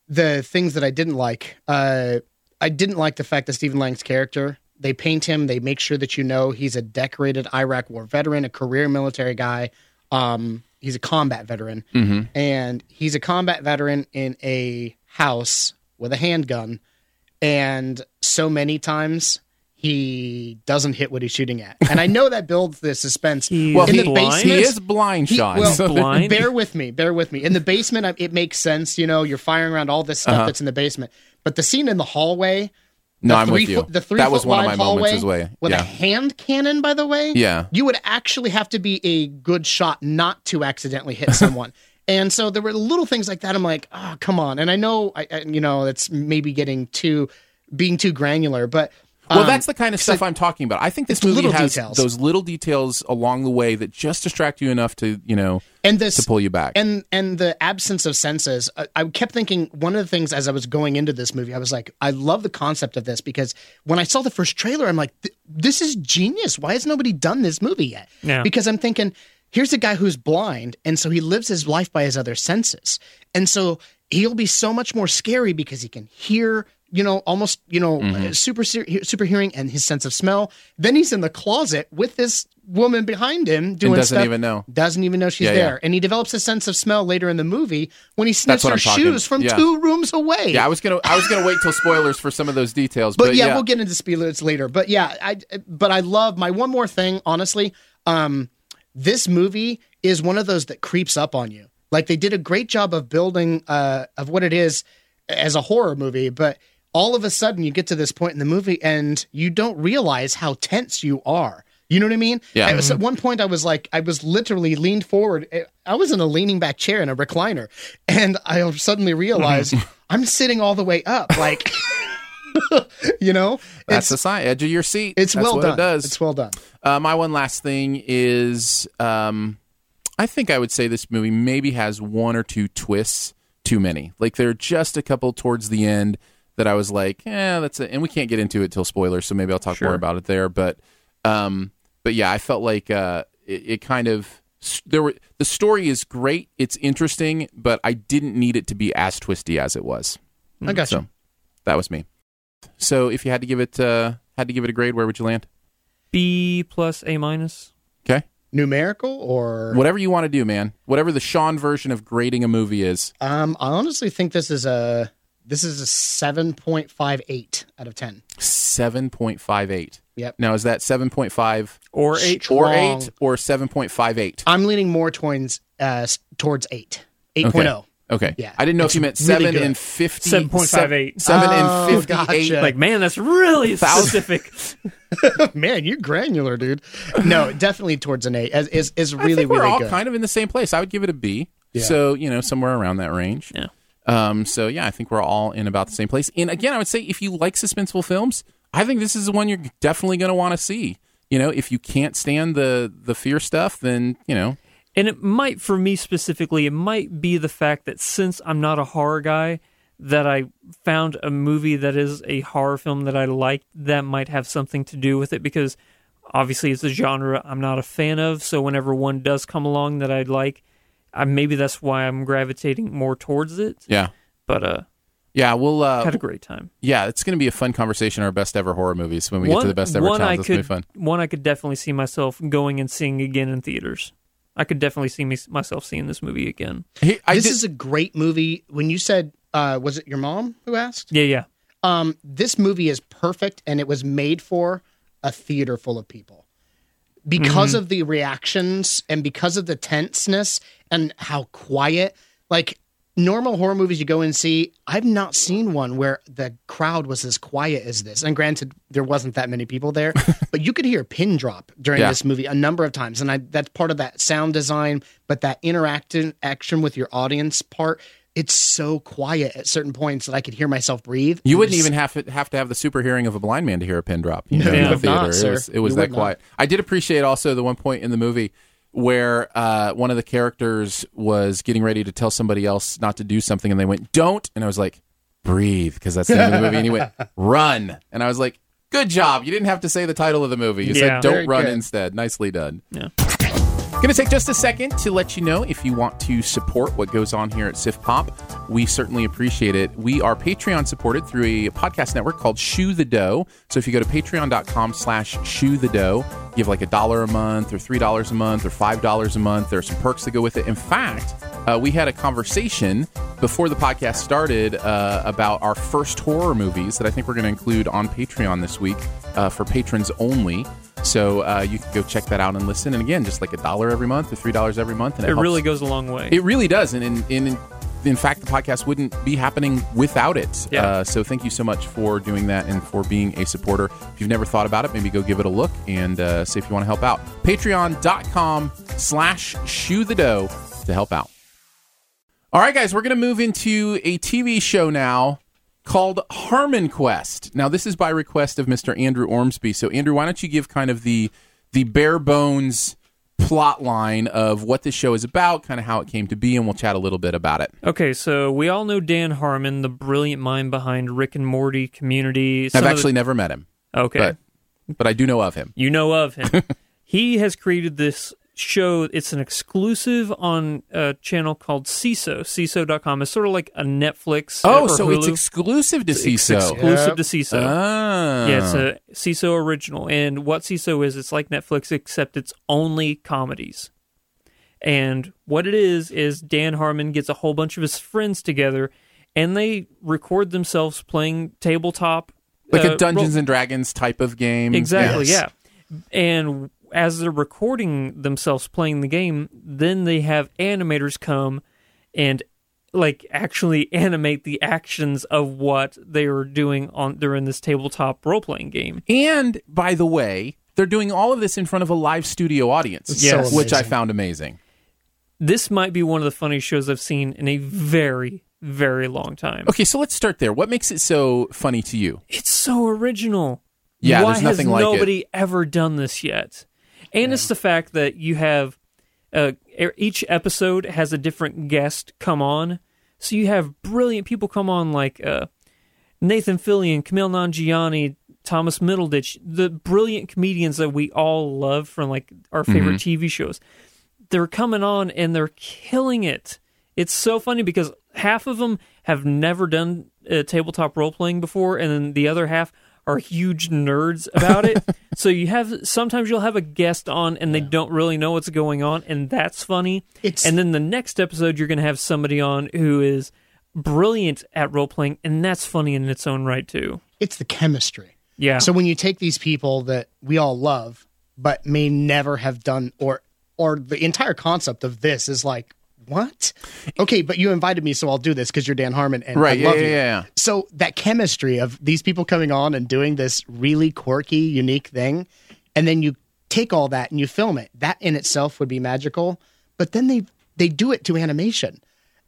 the things that I didn't like. Uh, I didn't like the fact that Stephen Lang's character. They paint him. They make sure that you know he's a decorated Iraq War veteran, a career military guy. Um, he's a combat veteran,
Mm-hmm.
and he's a combat veteran in a house with a handgun. And so many times he doesn't hit what he's shooting at. And I know that builds the suspense.
He's
Well,
in
he-
the
blind?
basement,
He is blind,
He-
Sean.
well,
So-
blind.
Bear with me. Bear with me. In the basement, I- it makes sense. You know, you're firing around all this stuff that's in the basement. But the scene in the hallway
Uh-huh. No,
the
I'm
three
with you.
Foot, the three
that
foot
was one of
wide
my
hallway
moments as well.
With a
Yeah.
hand cannon, by the way.
Yeah.
You would actually have to be a good shot not to accidentally hit someone. and so there were little things like that. I'm like, oh, come on. And I know, I, I, you know, it's maybe getting too, being too granular, but.
Well,
um,
that's the kind of stuff I'm talking about. I think this
it's
movie
little
has
details.
those little details along the way that just distract you enough to, you know,
and this
to pull you back.
and and the absence of senses I, I kept thinking one of the things as i was going into this movie i was like i love the concept of this because when i saw the first trailer i'm like "Th- this is genius why has nobody done this movie yet
Yeah.
because i'm thinking here's a guy who's blind and so he lives his life by his other senses and so he'll be so much more scary because he can hear you know almost you know
Mm-hmm.
uh, super ser- super hearing and his sense of smell then he's in the closet with this woman behind him doing
doesn't
stuff
even know.
doesn't even know she's
Yeah, yeah.
there. And he develops a sense of smell later in the movie when he sniffs
That's what
her
I'm talking-
shoes from
yeah.
two rooms away.
yeah, I was gonna, I was gonna wait till spoilers for some of those details, but,
but yeah, we'll get into spoilers later. But yeah, I but I love my one more thing, honestly. Um this movie is one of those that creeps up on you. Like they did a great job of building uh of what it is as a horror movie, but all of a sudden you get to this point in the movie and you don't realize how tense you are. You know what I mean?
Yeah.
I was- at one point I was like, I was literally leaned forward. I- I was in a leaning back chair in a recliner, and I suddenly realized I'm sitting all the way up. Like, you know,
that's
it's
the sign, edge of your seat.
it's
That's
well
what
done.
It does.
It's well done.
Uh, my one last thing is, um, I think I would say this movie maybe has one or two twists too many. Like there are just a couple towards the end that I was like, yeah, that's it. And we can't get into it till spoilers, so maybe I'll talk more about it there. But, um, but yeah, I felt like uh, it, it kind of there were the story is great, it's interesting, but I didn't need it to be as twisty as it was.
I got you.
Mm, So that was me. So if you had to give it uh, had to give it a grade, where would you land?
B plus A minus.
Okay.
Numerical or
Whatever you want to do, man. Whatever the Sean version of grading a movie is.
um, I honestly think this is a this is a seven point five eight out of ten.
7.58.
Yep.
Now, is that 7.5
Or eight.
or
Strong.
8 or 7.58?
I'm leaning more towards uh s- towards eight. oh. 8.0.
Okay.
Yeah.
I didn't know if
It's
you meant
really
7
good.
and 50.
7.58.
7
Oh,
and 58.
gotcha.
Like man, that's really
Thousand-
specific.
Man, you're granular, dude. No, definitely towards an eight. Is is, is
I
really
think we're
really
all
good.
kind of in the same place. I would give it a B. So, you know, somewhere around that range.
Yeah.
Um, so, yeah, I think we're all in about the same place. And again, I would say if you like suspenseful films, I think this is the one you're definitely going to want to see. You know, if you can't stand the the fear stuff, then, you know,
And it might, for me specifically, it might be the fact that since I'm not a horror guy, that I found a movie that is a horror film that I liked that might have something to do with it because obviously it's a genre I'm not a fan of. So whenever one does come along that I'd like, I, maybe that's why I'm gravitating more towards it.
yeah.
But uh,
Yeah, we'll. Uh,
had a great time.
yeah, it's going to be a fun conversation. Our best ever horror movies when we get to the best ever
one
challenge.
I
That's going to
could,
be fun.
one I could definitely see myself going and seeing again in theaters. I could definitely see me, myself seeing this movie again.
Hey, I
this
did-
is a great movie. When you said, uh, was it your mom who asked?
Yeah, yeah.
Um, this movie is perfect, and it was made for a theater full of people because of the reactions and because of the tenseness and how quiet. Like normal horror movies, you go and see. I've not seen one where the crowd was as quiet as this. And granted, there wasn't that many people there, but you could hear a pin drop during
Yeah.
this movie a number of times, and I, that's part of that sound design. But that interacting action with your audience part. It's so quiet at certain points that I could hear myself breathe.
you
and
wouldn't
just-
even have to, have to have the super hearing of a blind man to hear a pin drop. You know,
you
in the
would
theater.
not,
it
sir.
was, it was
You
that
would not.
quiet. I did appreciate also the one point in the movie where uh, one of the characters was getting ready to tell somebody else not to do something, and they went, "Don't," and I was like, "Breathe," because that's the name of the movie. And he went, "Run," and I was like, "Good job! You didn't have to say the title of the movie. You
Yeah.
said don't
Very
run
good.
instead. Nicely done."
Yeah.
Going to take just a second to let you know if you want to support what goes on here at Sif Pop. We certainly appreciate it. We are Patreon supported through a podcast network called Shoe the Dough. So if you go to patreon.com slash shoe the dough, give like a dollar a month or three dollars a month or five dollars a month. There are some perks that go with it. In fact, uh, we had a conversation before the podcast started uh, about our first horror movies that I think we're going to include on Patreon this week uh, for patrons only. So uh, you can go check that out and listen. And again, just like a dollar every month or three dollars every month, and it,
It
helps-
really goes a long way.
It really does, and, and, and in fact, the podcast wouldn't be happening without it.
Yeah.
Uh, so thank you so much for doing that and for being a supporter. If you've never thought about it, maybe go give it a look and uh, see if you want to help out. Patreon.com slash shoe the dough to help out. All right, guys, we're going to move into a TV show now called Harmon Quest. Now, this is by request of Mr. Andrew Ormsby. So, Andrew, why don't you give kind of the the bare bones plot line of what this show is about, kind of how it came to be, and we'll chat a little bit about it.
Okay, so we all know Dan Harmon, the brilliant mind behind Rick and Morty community. some
I've
of the-
actually never met him,
okay.
but but I do know of him.
You know of him. he has created this show. It's an exclusive on a channel called CISO. CISO.com is sort of like a Netflix.
Oh,
or
so it's
Hulu.
exclusive to CISO.
exclusive
Yep.
to CISO.
Ah.
Yeah, it's a CISO original. And what CISO is, it's like Netflix, except it's only comedies. And what it is, is Dan Harmon gets a whole bunch of his friends together and they record themselves playing tabletop.
like
uh,
a Dungeons and Dragons type of game.
Exactly,
Yes.
yeah. And as they're recording themselves playing the game, then they have animators come and like actually animate the actions of what they were doing on during this tabletop role playing game.
And by the way, they're doing all of this in front of a live studio audience,
It's so Yes.
which I
amazing.
found amazing.
This might be one of the funniest shows I've seen in a very, very long time.
Okay, so let's start there. What makes it so funny to you?
It's so original.
Yeah,
Why
there's nothing
has
like it.
nobody ever done this yet? And it's the fact that you have uh, e- each episode has a different guest come on, so you have brilliant people come on like uh, Nathan Fillion, Camille Nangiani, Thomas Middleditch, the brilliant comedians that we all love from like our
Mm-hmm.
favorite TV shows. They're coming on and they're killing it. It's so funny because half of them have never done uh, tabletop role playing before, and then the other half are huge nerds about it. so you have sometimes you'll have a guest on and they don't really know what's going on, and that's funny.
It's-
and then the next episode you're going to have somebody on who is brilliant at role playing, and that's funny in its own right too.
It's the chemistry.
Yeah.
So when you take these people that we all love, but may never have done, or or the entire concept of this is like, what? Okay, but you invited me, so I'll do this because you're Dan Harmon, and
Right,
I
yeah,
love
yeah,
you.
yeah, yeah.
So that chemistry of these people coming on and doing this really quirky, unique thing, and then you take all that and you film it. That in itself would be magical. But then they they do it to animation.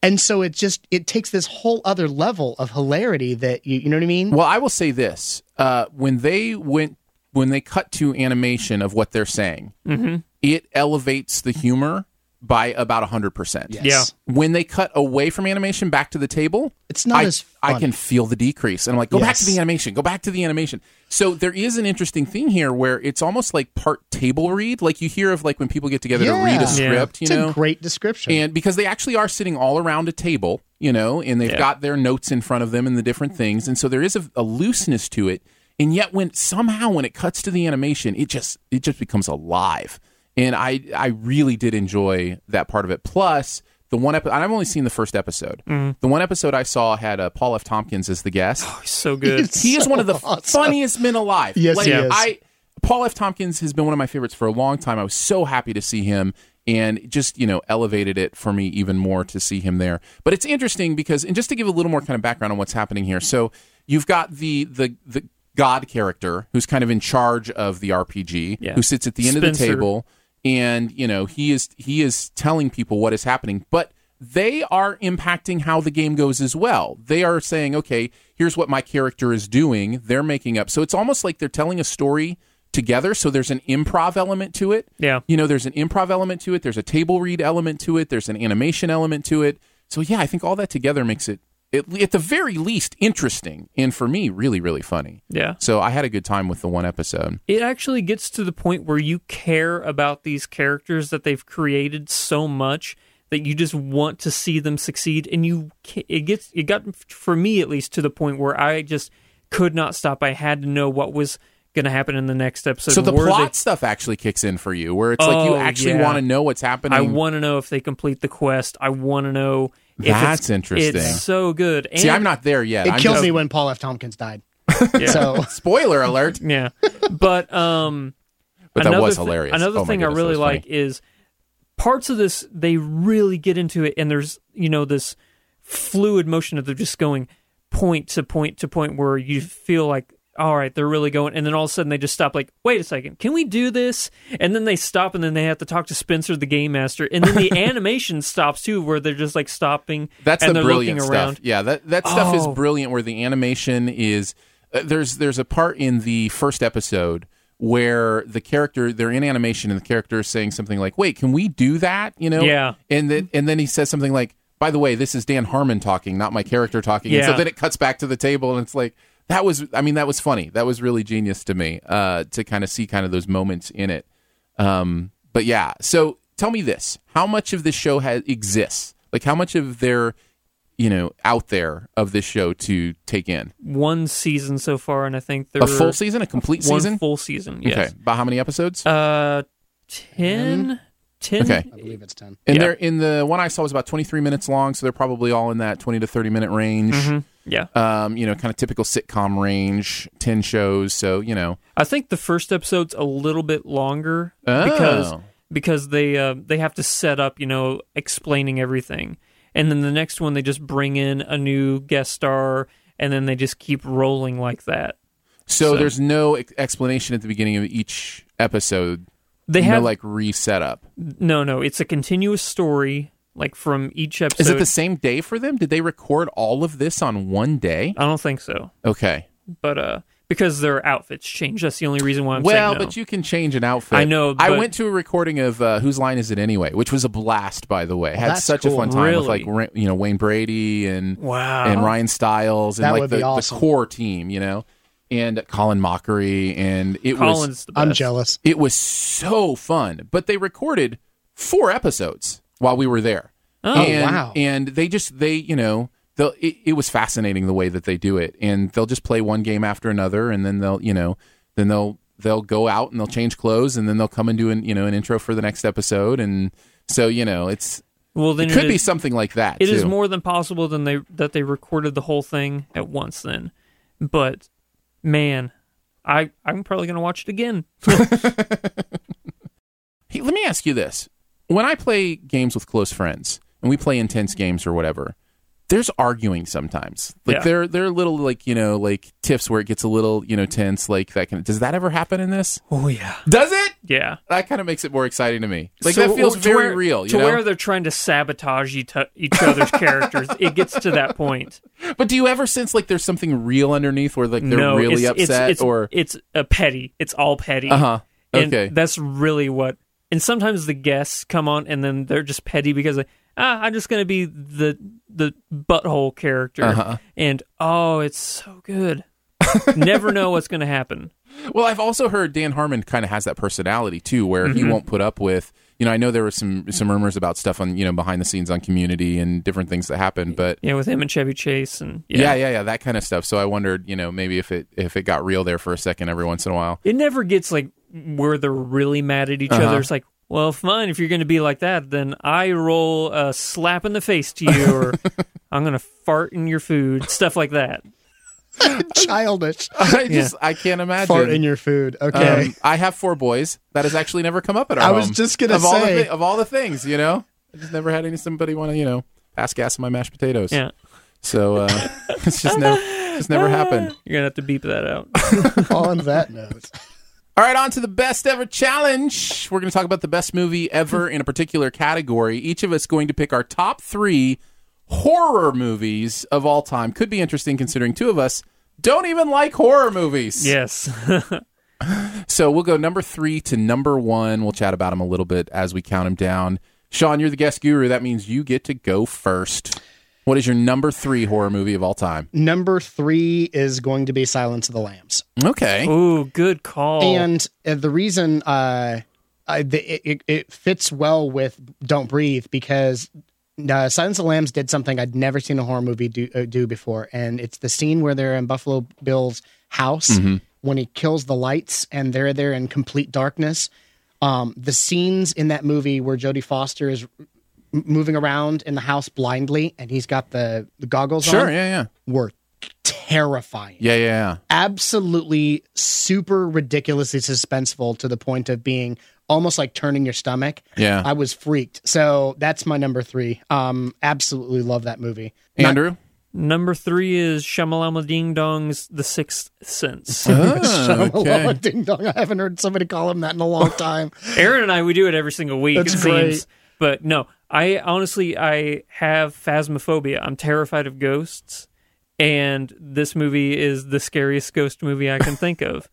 And so it just it takes this whole other level of hilarity that you you know what I mean?
Well, I will say this: uh, when they went, when they cut to animation of what they're saying,
Mm-hmm.
it elevates the humor by about hundred percent.
Yeah.
When they cut away from animation back to the table,
It's not
I,
as
I
funny.
can feel the decrease, and I'm like, go back to
Yes.
the animation, go back to the animation. So there is an interesting thing here where it's almost like part table read, like you hear of like when people get together to read
Yeah.
a script,
It's
you know,
a great description.
and because they actually are sitting all around a table, you know, and they've
Yeah.
got their notes in front of them and the different things, and so there is a, a looseness to it. And yet, when somehow when it cuts to the animation, it just it just becomes alive. And I I really did enjoy that part of it. Plus the one episode, I've only seen the first episode. The one episode I saw had uh, Paul F. Tompkins as the guest.
He's so good.
It's
He is
so
one of the
awesome.
funniest men alive.
Yes,
like,
he is.
I Paul F. Tompkins has been one of my favorites for a long time. I was so happy to see him and just, you know, elevated it for me even more to see him there. But it's interesting because and just to give a little more kind of background on what's happening here. So you've got the the the God character who's kind of in charge of the RPG,
Yeah.
who sits at the end of the
Spencer.
table people, and you know he is he is telling people what is happening but they are impacting how the game goes as well they are saying okay here's what my character is doing they're making up so it's almost like they're telling a story together so there's an improv element to it
Yeah.
you know there's an improv element to it there's a table read element to it there's an animation element to it so yeah i think all that together makes it at, le- at the very least interesting and for me really really funny
Yeah.
so i had a good time with the one episode
It actually gets to the point where you care about these characters that they've created so much that you just want to see them succeed and you ca- it gets it got for me at least to the point where I just could not stop. I had to know what was going to happen in the next episode.
So the
Were they-
plot stuff actually kicks in for you, where it's like you
Oh,
actually
yeah.
want to know what's happening.
I want to know if they complete the quest. I want to know if it's-
That's interesting.
It's so good. And
See, I'm not there yet.
it
I'm
killed
just-
me when Paul F. Tompkins died.
Yeah.
So
Spoiler alert!
Yeah. But um
But that
another
was
thi-
hilarious.
Another
Oh my
thing
goodness,
I
that
really
was funny.
like is parts of this they really get into it, and there's you know this fluid motion of them just going point to point to point where you feel like all right they're really going and then all of a sudden they just stop like wait a second can we do this and then they stop and then they have to talk to spencer the game master and then the animation stops too where they're just like stopping
That's
and
the
they're
brilliant
looking
stuff.
around
Yeah, that that stuff
Oh.
is brilliant. Where the animation is, uh, there's there's a part in the first episode where the character they're in animation and the character is saying something like, "Wait, can we do that?" You know,
Yeah.
And then
Mm-hmm.
and then he says something like, "By the way, this is Dan Harmon talking, not my character talking." And so
Yeah.
then it cuts back to the table, and it's like that was. I mean, that was funny. That was really genius to me uh, to kind of see kind of those moments in it. Um, but yeah, so tell me this: how much of this show has exists? Like, how much of their, you know, out there of this show to take in?
one season so far and i think there
A
were
full season, a complete
one
season?
full season yes
Okay, about how many episodes?
uh 10 10
Okay.
I believe it's 10.
and
yeah.
they're in the one I saw was about twenty three minutes long, so they're probably all in that twenty to thirty minute range.
Mhm. yeah
Um, you know, kind of typical sitcom range, ten shows. So you know,
I think the first episode's a little bit longer
Oh.
because because they uh, they have to set up, you know, explaining everything, and then the next one they just bring in a new guest star, and then they just keep rolling like that.
so,
So-
there's no ex- explanation at the beginning of each episode.
They
no,
have
like reset up.
no, no. It's a continuous story, like from each episode.
Is it the same day for them? Did they record all of this on one day?
I don't think so,
Okay.
but uh, because their outfits change. That's the only reason why I'm
well,
saying no.
but you can change an outfit.
I know,
I
but-
went to a recording of uh, "Whose Line Is It Anyway," which was a blast, by the way. Had
that's
such a
cool.
fun time with
Really?
like Ra- you know Wayne Brady and
Wow.
and Ryan Styles and
That
like
would
the,
be
the
awesome.
core team, you know, and Colin Mockery, and it was
Collins, the best.
I'm jealous.
it was so fun. But they recorded four episodes while we were there.
Oh,
and,
wow.
And they just they you know they'll it, it was fascinating the way that they do it, and they'll just play one game after another, and then they'll you know then they'll they'll go out and they'll change clothes, and then they'll come and do an you know an intro for the next episode, and so you know it's
Well, then
it could
it
be
is-
something like that.
It is
too.
more than possible than they that they recorded the whole thing at once then but man i i'm probably gonna watch it again
Hey, let me ask you this. When I play games with close friends and we play intense games or whatever, there's arguing sometimes. Like
Yeah.
there there are little like, you know, like tiffs where it gets a little, you know, tense, like that can does that ever happen in this?
oh yeah
Does it?
yeah
That kind of makes it more exciting to me. Like
So,
that feels
to
very
where-
real, you
to
know.
where they're trying to sabotage each, each other's characters it gets to that point
but do you ever sense like there's something real underneath where like they're
no
really
it's,
upset
it's, it's,
or
it's a petty it's all petty
uh-huh.
And
Okay.
that's really what. And sometimes the guests come on and then they're just petty because like, ah, I'm just gonna be the the butthole character,
Uh-huh.
and oh, it's so good. Never know what's gonna happen.
Well, I've also heard Dan Harmon kind of has that personality too, where
Mm-hmm.
he won't put up with. You know, I know there were some some rumors about stuff on you know behind the scenes on Community and different things that happened, but
Yeah, with him and Chevy Chase, and yeah,
yeah. yeah, yeah, that kind of stuff. So I wondered, you know, maybe if it if it got real there for a second every once in a while.
it never gets like where they're really mad at each
Uh-huh.
other. It's like, well, fine, if you're gonna be like that, then I roll a slap in the face to you, or I'm gonna fart in your food, stuff like that.
Childish.
I just I can't imagine.
Fart in your food. Okay.
um, I have four boys. That has actually never come up at our
I was
home.
just gonna
of all the
say-
thi- of all the things, you know, I just never had any somebody want to you know pass gas in my mashed potatoes.
Yeah,
So uh, it's just never it's never happened.
you're gonna have to beep that out.
Um,
On that note.
All right, on to the best ever challenge. We're going to talk about the best movie ever in a particular category. Each of us going to pick our top three horror movies of all time. Could be interesting considering two of us don't even like horror movies.
yes.
So we'll go number three to number one. We'll chat about them a little bit as we count them down. Sean, you're the guest guru. That means you get to go first. What is your number three horror movie of all time?
Number three is going to be Silence of the Lambs.
Okay.
Ooh, good call.
And uh, the reason uh, I, the, it- it, it fits well with Don't Breathe because uh, Silence of the Lambs did something I'd never seen a horror movie do, uh, do before. And it's the scene where they're in Buffalo Bill's house when he kills the lights and they're there in complete darkness. Um, the scenes in that movie where Jodie Foster is m- moving around in the house blindly and he's got the, the goggles
Sure.
on
Yeah.
were terrifying
Yeah. Yeah. Yeah.
absolutely super ridiculously suspenseful to the point of being almost like turning your stomach.
Yeah.
I was freaked. So that's my number three. Um, absolutely love that movie. Not-
Andrew?
Number three is Shamalama Ding Dong's The Sixth Sense.
Ah,
Shamalala
okay.
oh, Ding Dong. I haven't heard somebody call him that in a long time.
Aaron and I we do it every single week.
That's
it
great.
seems. But no, I honestly I have phasmophobia. I'm terrified of ghosts, and this movie is the scariest ghost movie I can think of.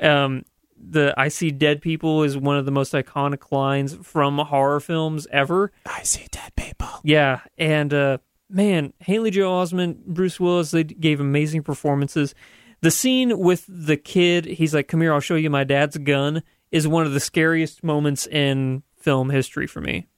Um, the I see dead people is one of the most iconic lines from horror films ever.
I see dead people.
Yeah, and uh, man, Haley Joel Osment, Bruce Willis, they gave amazing performances. The scene with the kid, he's like, "Come here, I'll show you my dad's gun," is one of the scariest moments in film history for me.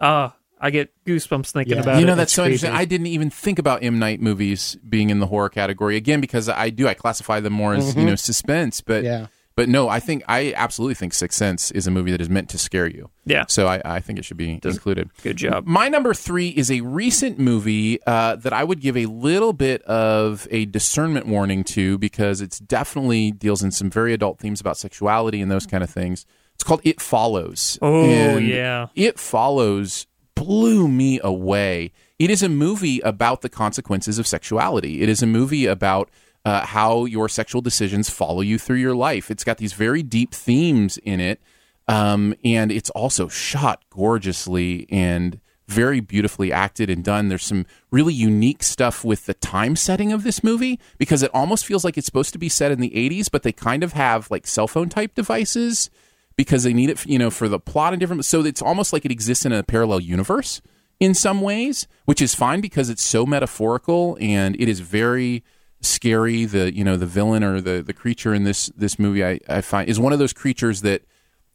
Ah, I get goosebumps thinking
Yeah.
about
Mm. You
it.
know, that's
It's
so interesting.
creepy.
I didn't even think about M. Night movies being in the horror category again because I do. I classify them more as,
Mm-hmm.
you know, suspense. But,
Yeah.
but no, I think, I absolutely think Sixth Sense is a movie that is meant to scare you.
yeah,
So I, I think it should be included.
good job.
My number three is a recent movie uh, that I would give a little bit of a discernment warning to because it's definitely deals in some very adult themes about sexuality and those kind of things. It's called It Follows.
Oh,
And
yeah.
It Follows blew me away. It is a movie about the consequences of sexuality. It is a movie about uh, how your sexual decisions follow you through your life. It's got these very deep themes in it. Um, and it's also shot gorgeously and very beautifully acted and done. There's some really unique stuff with the time setting of this movie because it almost feels like it's supposed to be set in the 80s, but they kind of have like cell phone type devices because they need it, you know, for the plot and different. So it's almost like it exists in a parallel universe in some ways, which is fine because it's so metaphorical and it is very scary. The you know the villain or the the creature in this this movie I, I find is one of those creatures that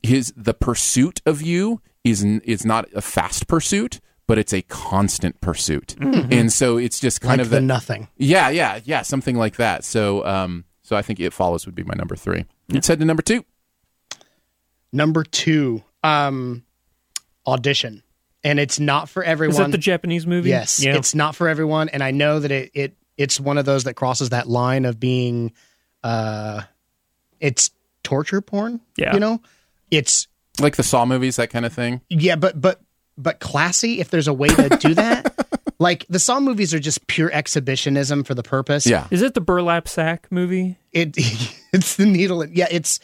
his the pursuit of you is n- is not a fast pursuit, but it's a constant pursuit, and so it's just kind
Mm-hmm. Like
of
the
that.
nothing.
yeah, yeah, yeah, something like that. So, um, so I think it follows would be my number three. Let's head to number two.
Number two, um, audition, and it's not for everyone.
Is that the Japanese movie?
Yes,
yeah.
it's not for everyone, and I know that it, it it's one of those that crosses that line of being, uh, it's torture porn.
Yeah.
you know, it's
like the Saw movies, that kind of thing.
yeah, but but but classy. If there's a way to do that, like the Saw movies are just pure exhibitionism for the purpose.
Yeah,
Is it the burlap sack movie?
it it's the needle. Yeah, it's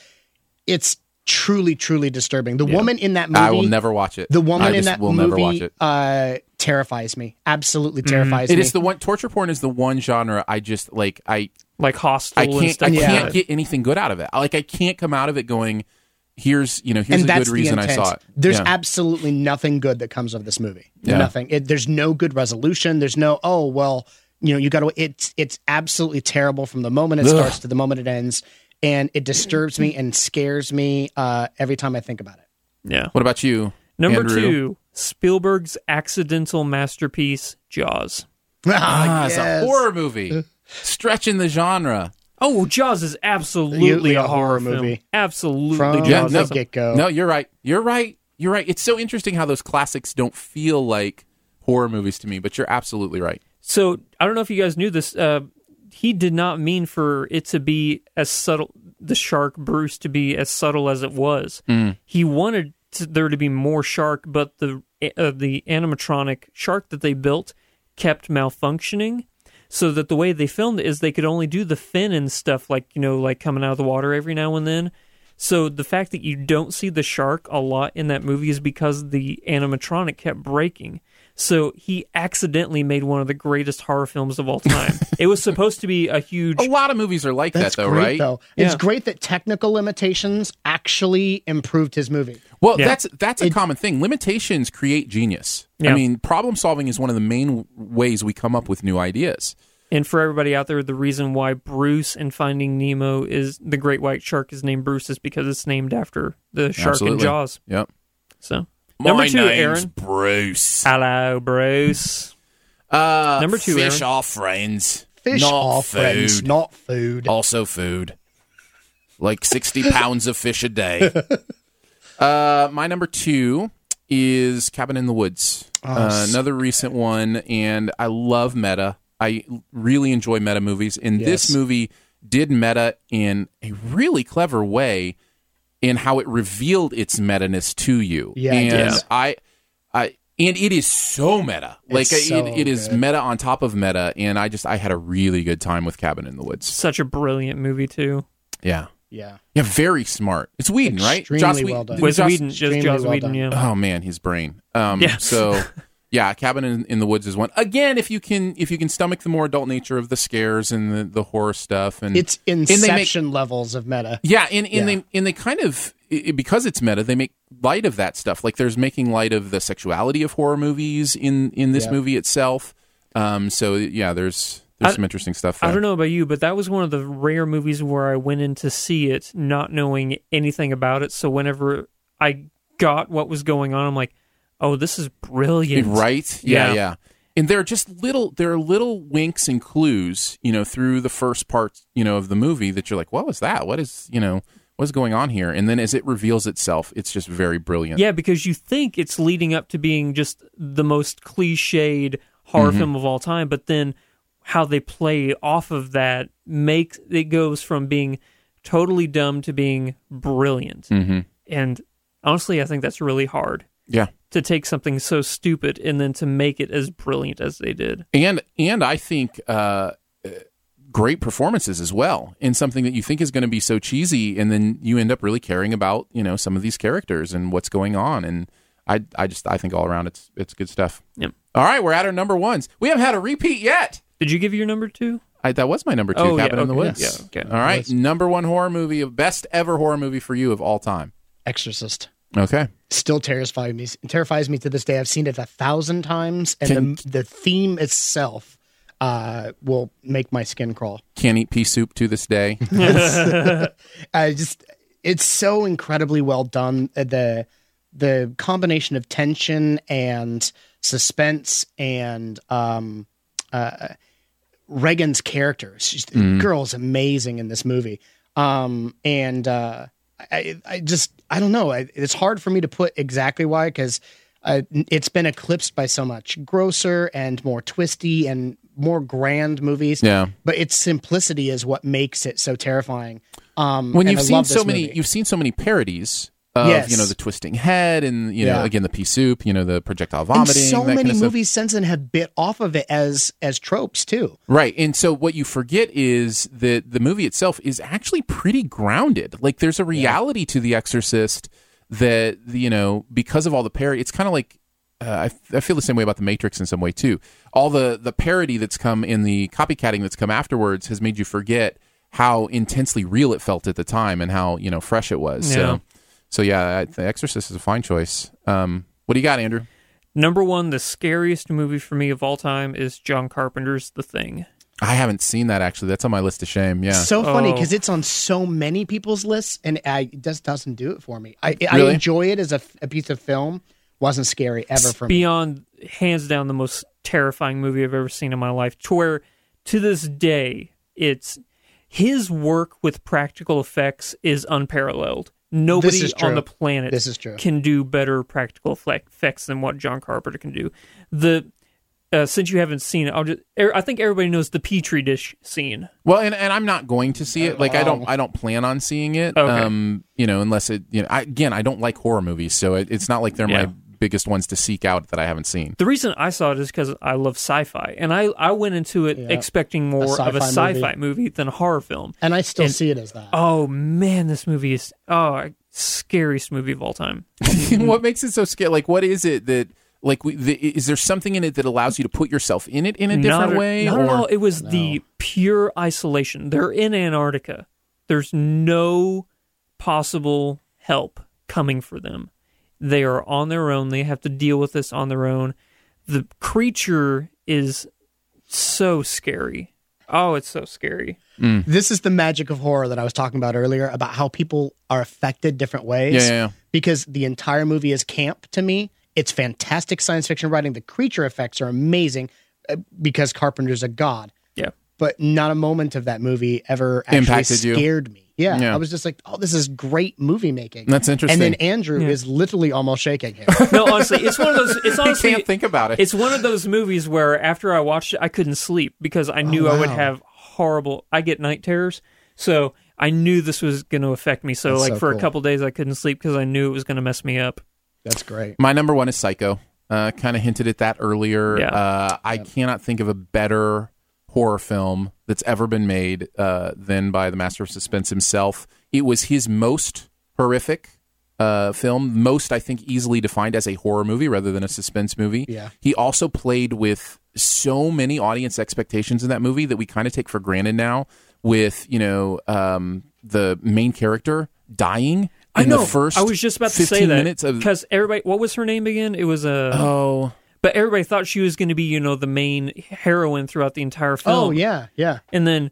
it's truly truly disturbing. The woman in that movie,
I will never watch it.
the woman
I
in
just
that
will
movie
never watch it. Mm-hmm.
Uh, terrifies me. Absolutely terrifies
It
me.
is the one torture porn is the one genre I just like I
Like Hostel
I
and
can't
stuff
I
like
can't
that.
get anything good out of it. I- Like I can't come out of it going here's you know here's
and
a
that's
good reason
the
I
intent.
saw it.
There's
Yeah.
absolutely nothing good that comes of this movie.
Yeah.
Nothing. It, there's no good resolution. There's no oh well, you know, you got to. It's it's absolutely terrible from the moment it
Ugh.
starts to the moment it ends, and it disturbs me and scares me uh, every time I think about it.
yeah.
what about you?
Number
Andrew?
two, Spielberg's accidental masterpiece, Jaws.
Ah, it's
yes.
a horror movie. Stretching the genre.
Oh, Jaws is absolutely
Absolutely
a
a
horror
horror
film.
movie.
Absolutely,
From
Yeah,
Jaws.
no.
is
the
a-
get go.
No, you're right. You're right. You're right. It's so interesting how those classics don't feel like horror movies to me, but you're absolutely right.
So I don't know if you guys knew this. Uh, he did not mean for it to be as subtle. The shark Bruce to be as subtle as it was. He wanted to, there to be more shark, but the uh, the animatronic shark that they built kept malfunctioning. So that the way they filmed it is they could only do the fin and stuff like you know like coming out of the water every now and then. So the fact that you don't see the shark a lot in that movie is because the animatronic kept breaking. So he accidentally made one of the greatest horror films of all time. it was supposed to be a huge
A lot of movies are like
That's
that though,
great,
right?
Though it's
Yeah.
great that technical limitations actually improved his movie.
Well,
Yeah.
that's that's a common thing. Limitations create genius.
Yeah.
I mean, problem solving is one of the main w- ways we come up with new ideas.
and for everybody out there the reason why Bruce in Finding Nemo is the great white shark is named Bruce is because it's named after the shark in
Absolutely.
Jaws.
Yep.
So number 2 Aaron.
Bruce.
Hello Bruce.
Uh,
Number two,
Fish
Aaron.
are friends.
Fish
not
are
food.
friends, not food.
also food. Like sixty pounds of fish a day. uh, my number two is Cabin in the Woods.
Ah,
uh, another recent one, and I love meta. I really enjoy meta movies, and this
Yes.
movie did meta in a really clever way. in how it revealed its meta-ness to you.
Yeah, it
and
did.
I, I, and it is so meta. Like it,
so
it is
good.
meta on top of meta. And I just I had a really good time with Cabin in the Woods.
Such a brilliant movie too.
Yeah,
Yeah.
yeah, very smart. It's Whedon, right?
Extremely well done.
With
Joss-
Whedon, just
extremely
Joss
well
Whedon.
done.
Yeah.
Oh man, his brain. Um,
Yeah.
So yeah, Cabin in, in the Woods is one. Again, if you can if you can stomach the more adult nature of the scares and the, the horror stuff, and
It's
they make-
inception levels of meta.
yeah, and, and
Yeah.
they and they kind of i because it's meta, they make light of that stuff. Like there's making light of the sexuality of horror movies in in this
Yeah.
movie itself. Um, so yeah, there's there's
I-
some interesting stuff. There.
I don't know about you, but that was one of the rare movies where I went in to see it not knowing anything about it. So whenever I got what was going on, I'm like, "Oh, this is brilliant!"
Right? Yeah, yeah,
Yeah.
And there are just little there are little winks and clues, you know, through the first part, you know, of the movie that you're like, what was that? What is, you know, what's going on here? And then as it reveals itself, it's just very brilliant.
Yeah, because you think it's leading up to being just the most cliched horror film of all time, but then how they play off of that makes it goes from being totally dumb to being brilliant.
Mhm.
And honestly, I think that's really hard
Yeah.
to take something so stupid and then to make it as brilliant as they did.
And and I think uh uh, great performances as well in something that you think is going to be so cheesy and then you end up really caring about, you know, some of these characters and what's going on and I I just I think all around it's it's good stuff.
Yep.
All right, we're at our number ones. We haven't had a repeat yet.
Did you give your number two?
I, that was my number two,
Oh, yeah,
Cabin in the
okay,
Woods.
yeah, okay.
All right, number one horror movie of best ever horror movie for you of all time.
Exorcist
Okay,
still terrifies me. Terrifies me to this day. I've seen it a thousand times, and the the theme itself uh, will make my skin crawl.
can't eat pea soup to this day.
I just it's so incredibly well done. Uh, The the combination of tension and suspense and um, uh, Reagan's character, she's, the girl's amazing in this movie. Um, and uh, I, I just I don't know. I, it's hard for me to put exactly why because uh, it's been eclipsed by so much grosser and more twisty and more grand movies.
Yeah.
but its simplicity is what makes it so terrifying. Um,
When
and
you've
I
seen
love
so
this
many,
movie.
you've seen so many parodies of
Yes.
you know the twisting head and you know
Yeah.
again the pea soup, you know the projectile
and
vomiting,
so
that
many
kind of stuff.
movies since then have bit off of it as as tropes too.
Right. And so what you forget is that the movie itself is actually pretty grounded. Like there's a reality to The Exorcist that, you know, because of all the parody, it's kind of like. Uh, I, I feel the same way about the Matrix in some way too. All the the parody that's come in the copycatting that's come afterwards has made you forget how intensely real it felt at the time and how you know fresh it was.
Yeah.
So, so yeah, I, The Exorcist is a fine choice. Um, what do you got, Andrew?
Number one, the scariest movie for me of all time is John Carpenter's The Thing.
I haven't seen that actually. That's on my list of shame. Yeah.
So funny
Oh.
because it's on so many people's lists, and I, it just doesn't do it for me. I, I
Really?
enjoy it as a, a piece of film. Wasn't scary ever for me.
beyond hands down the most terrifying movie I've ever seen in my life. To where to this day, it's his work with practical effects is unparalleled. Nobody
is true.
on the planet
This is true.
can do better practical fle- effects than what John Carpenter can do. The uh, since you haven't seen it, I'll just, er, I think everybody knows the Petri dish scene.
Well, and, and I'm not going to see it. Like I don't I don't plan on seeing it.
Okay.
Um, you know, unless it you know I, again I don't like horror movies, so it, it's not like they're
Yeah.
my biggest ones to seek out that I haven't seen.
The reason I saw it is because I love sci-fi, and I, I went into it expecting more of a
sci-fi
sci-fi movie than a horror film.
and I still see it as that.
Oh man, this movie is oh scariest movie of all time.
what makes it so scary? Like what is it that like we, the, is there something in it that allows you to put yourself in it in a different
not, a-
way?
Not
or
at all. It was the pure isolation. They're in Antarctica. There's no possible help coming for them. They are on their own. They have to deal with this on their own. The creature is so scary. Oh, it's so scary.
This is the magic of horror that I was talking about earlier about how people are affected different ways.
Yeah, yeah, yeah.
Because the entire movie is camp to me. It's fantastic science fiction writing. The creature effects are amazing uh, because Carpenter's a god.
Yeah.
but not a moment of that movie ever actually
Impacted you.
scared me. Yeah,
Yeah.
I was just like, oh, this is great movie making.
That's interesting.
And then Andrew is literally almost shaking him.
No, honestly, it's one of those. It's
I
honestly
can't think about it.
it's one of those movies where after I watched it, I couldn't sleep because I knew I would
Oh, wow.
have horrible. I get night terrors, so I knew this was going to affect me. So
That's
like
so
for
cool.
a couple days, I couldn't sleep because I knew it was going to mess me up.
That's great.
My number one is Psycho. Uh, kind of hinted at that earlier.
Yeah.
Uh, I cannot think of a better horror film that's ever been made uh, than by the master of suspense himself. It was his most horrific uh, film, most I think easily defined as a horror movie rather than a suspense movie.
Yeah.
He also played with so many audience expectations in that movie that we kind of take for granted now. With you know um, the main character dying in
I know.
the first
I was just about to
15
say that
minutes of
because everybody. What was her name again? It was a. Uh,
oh
but everybody thought she was going to be you know the main heroine throughout the entire film.
Oh yeah, yeah,
And then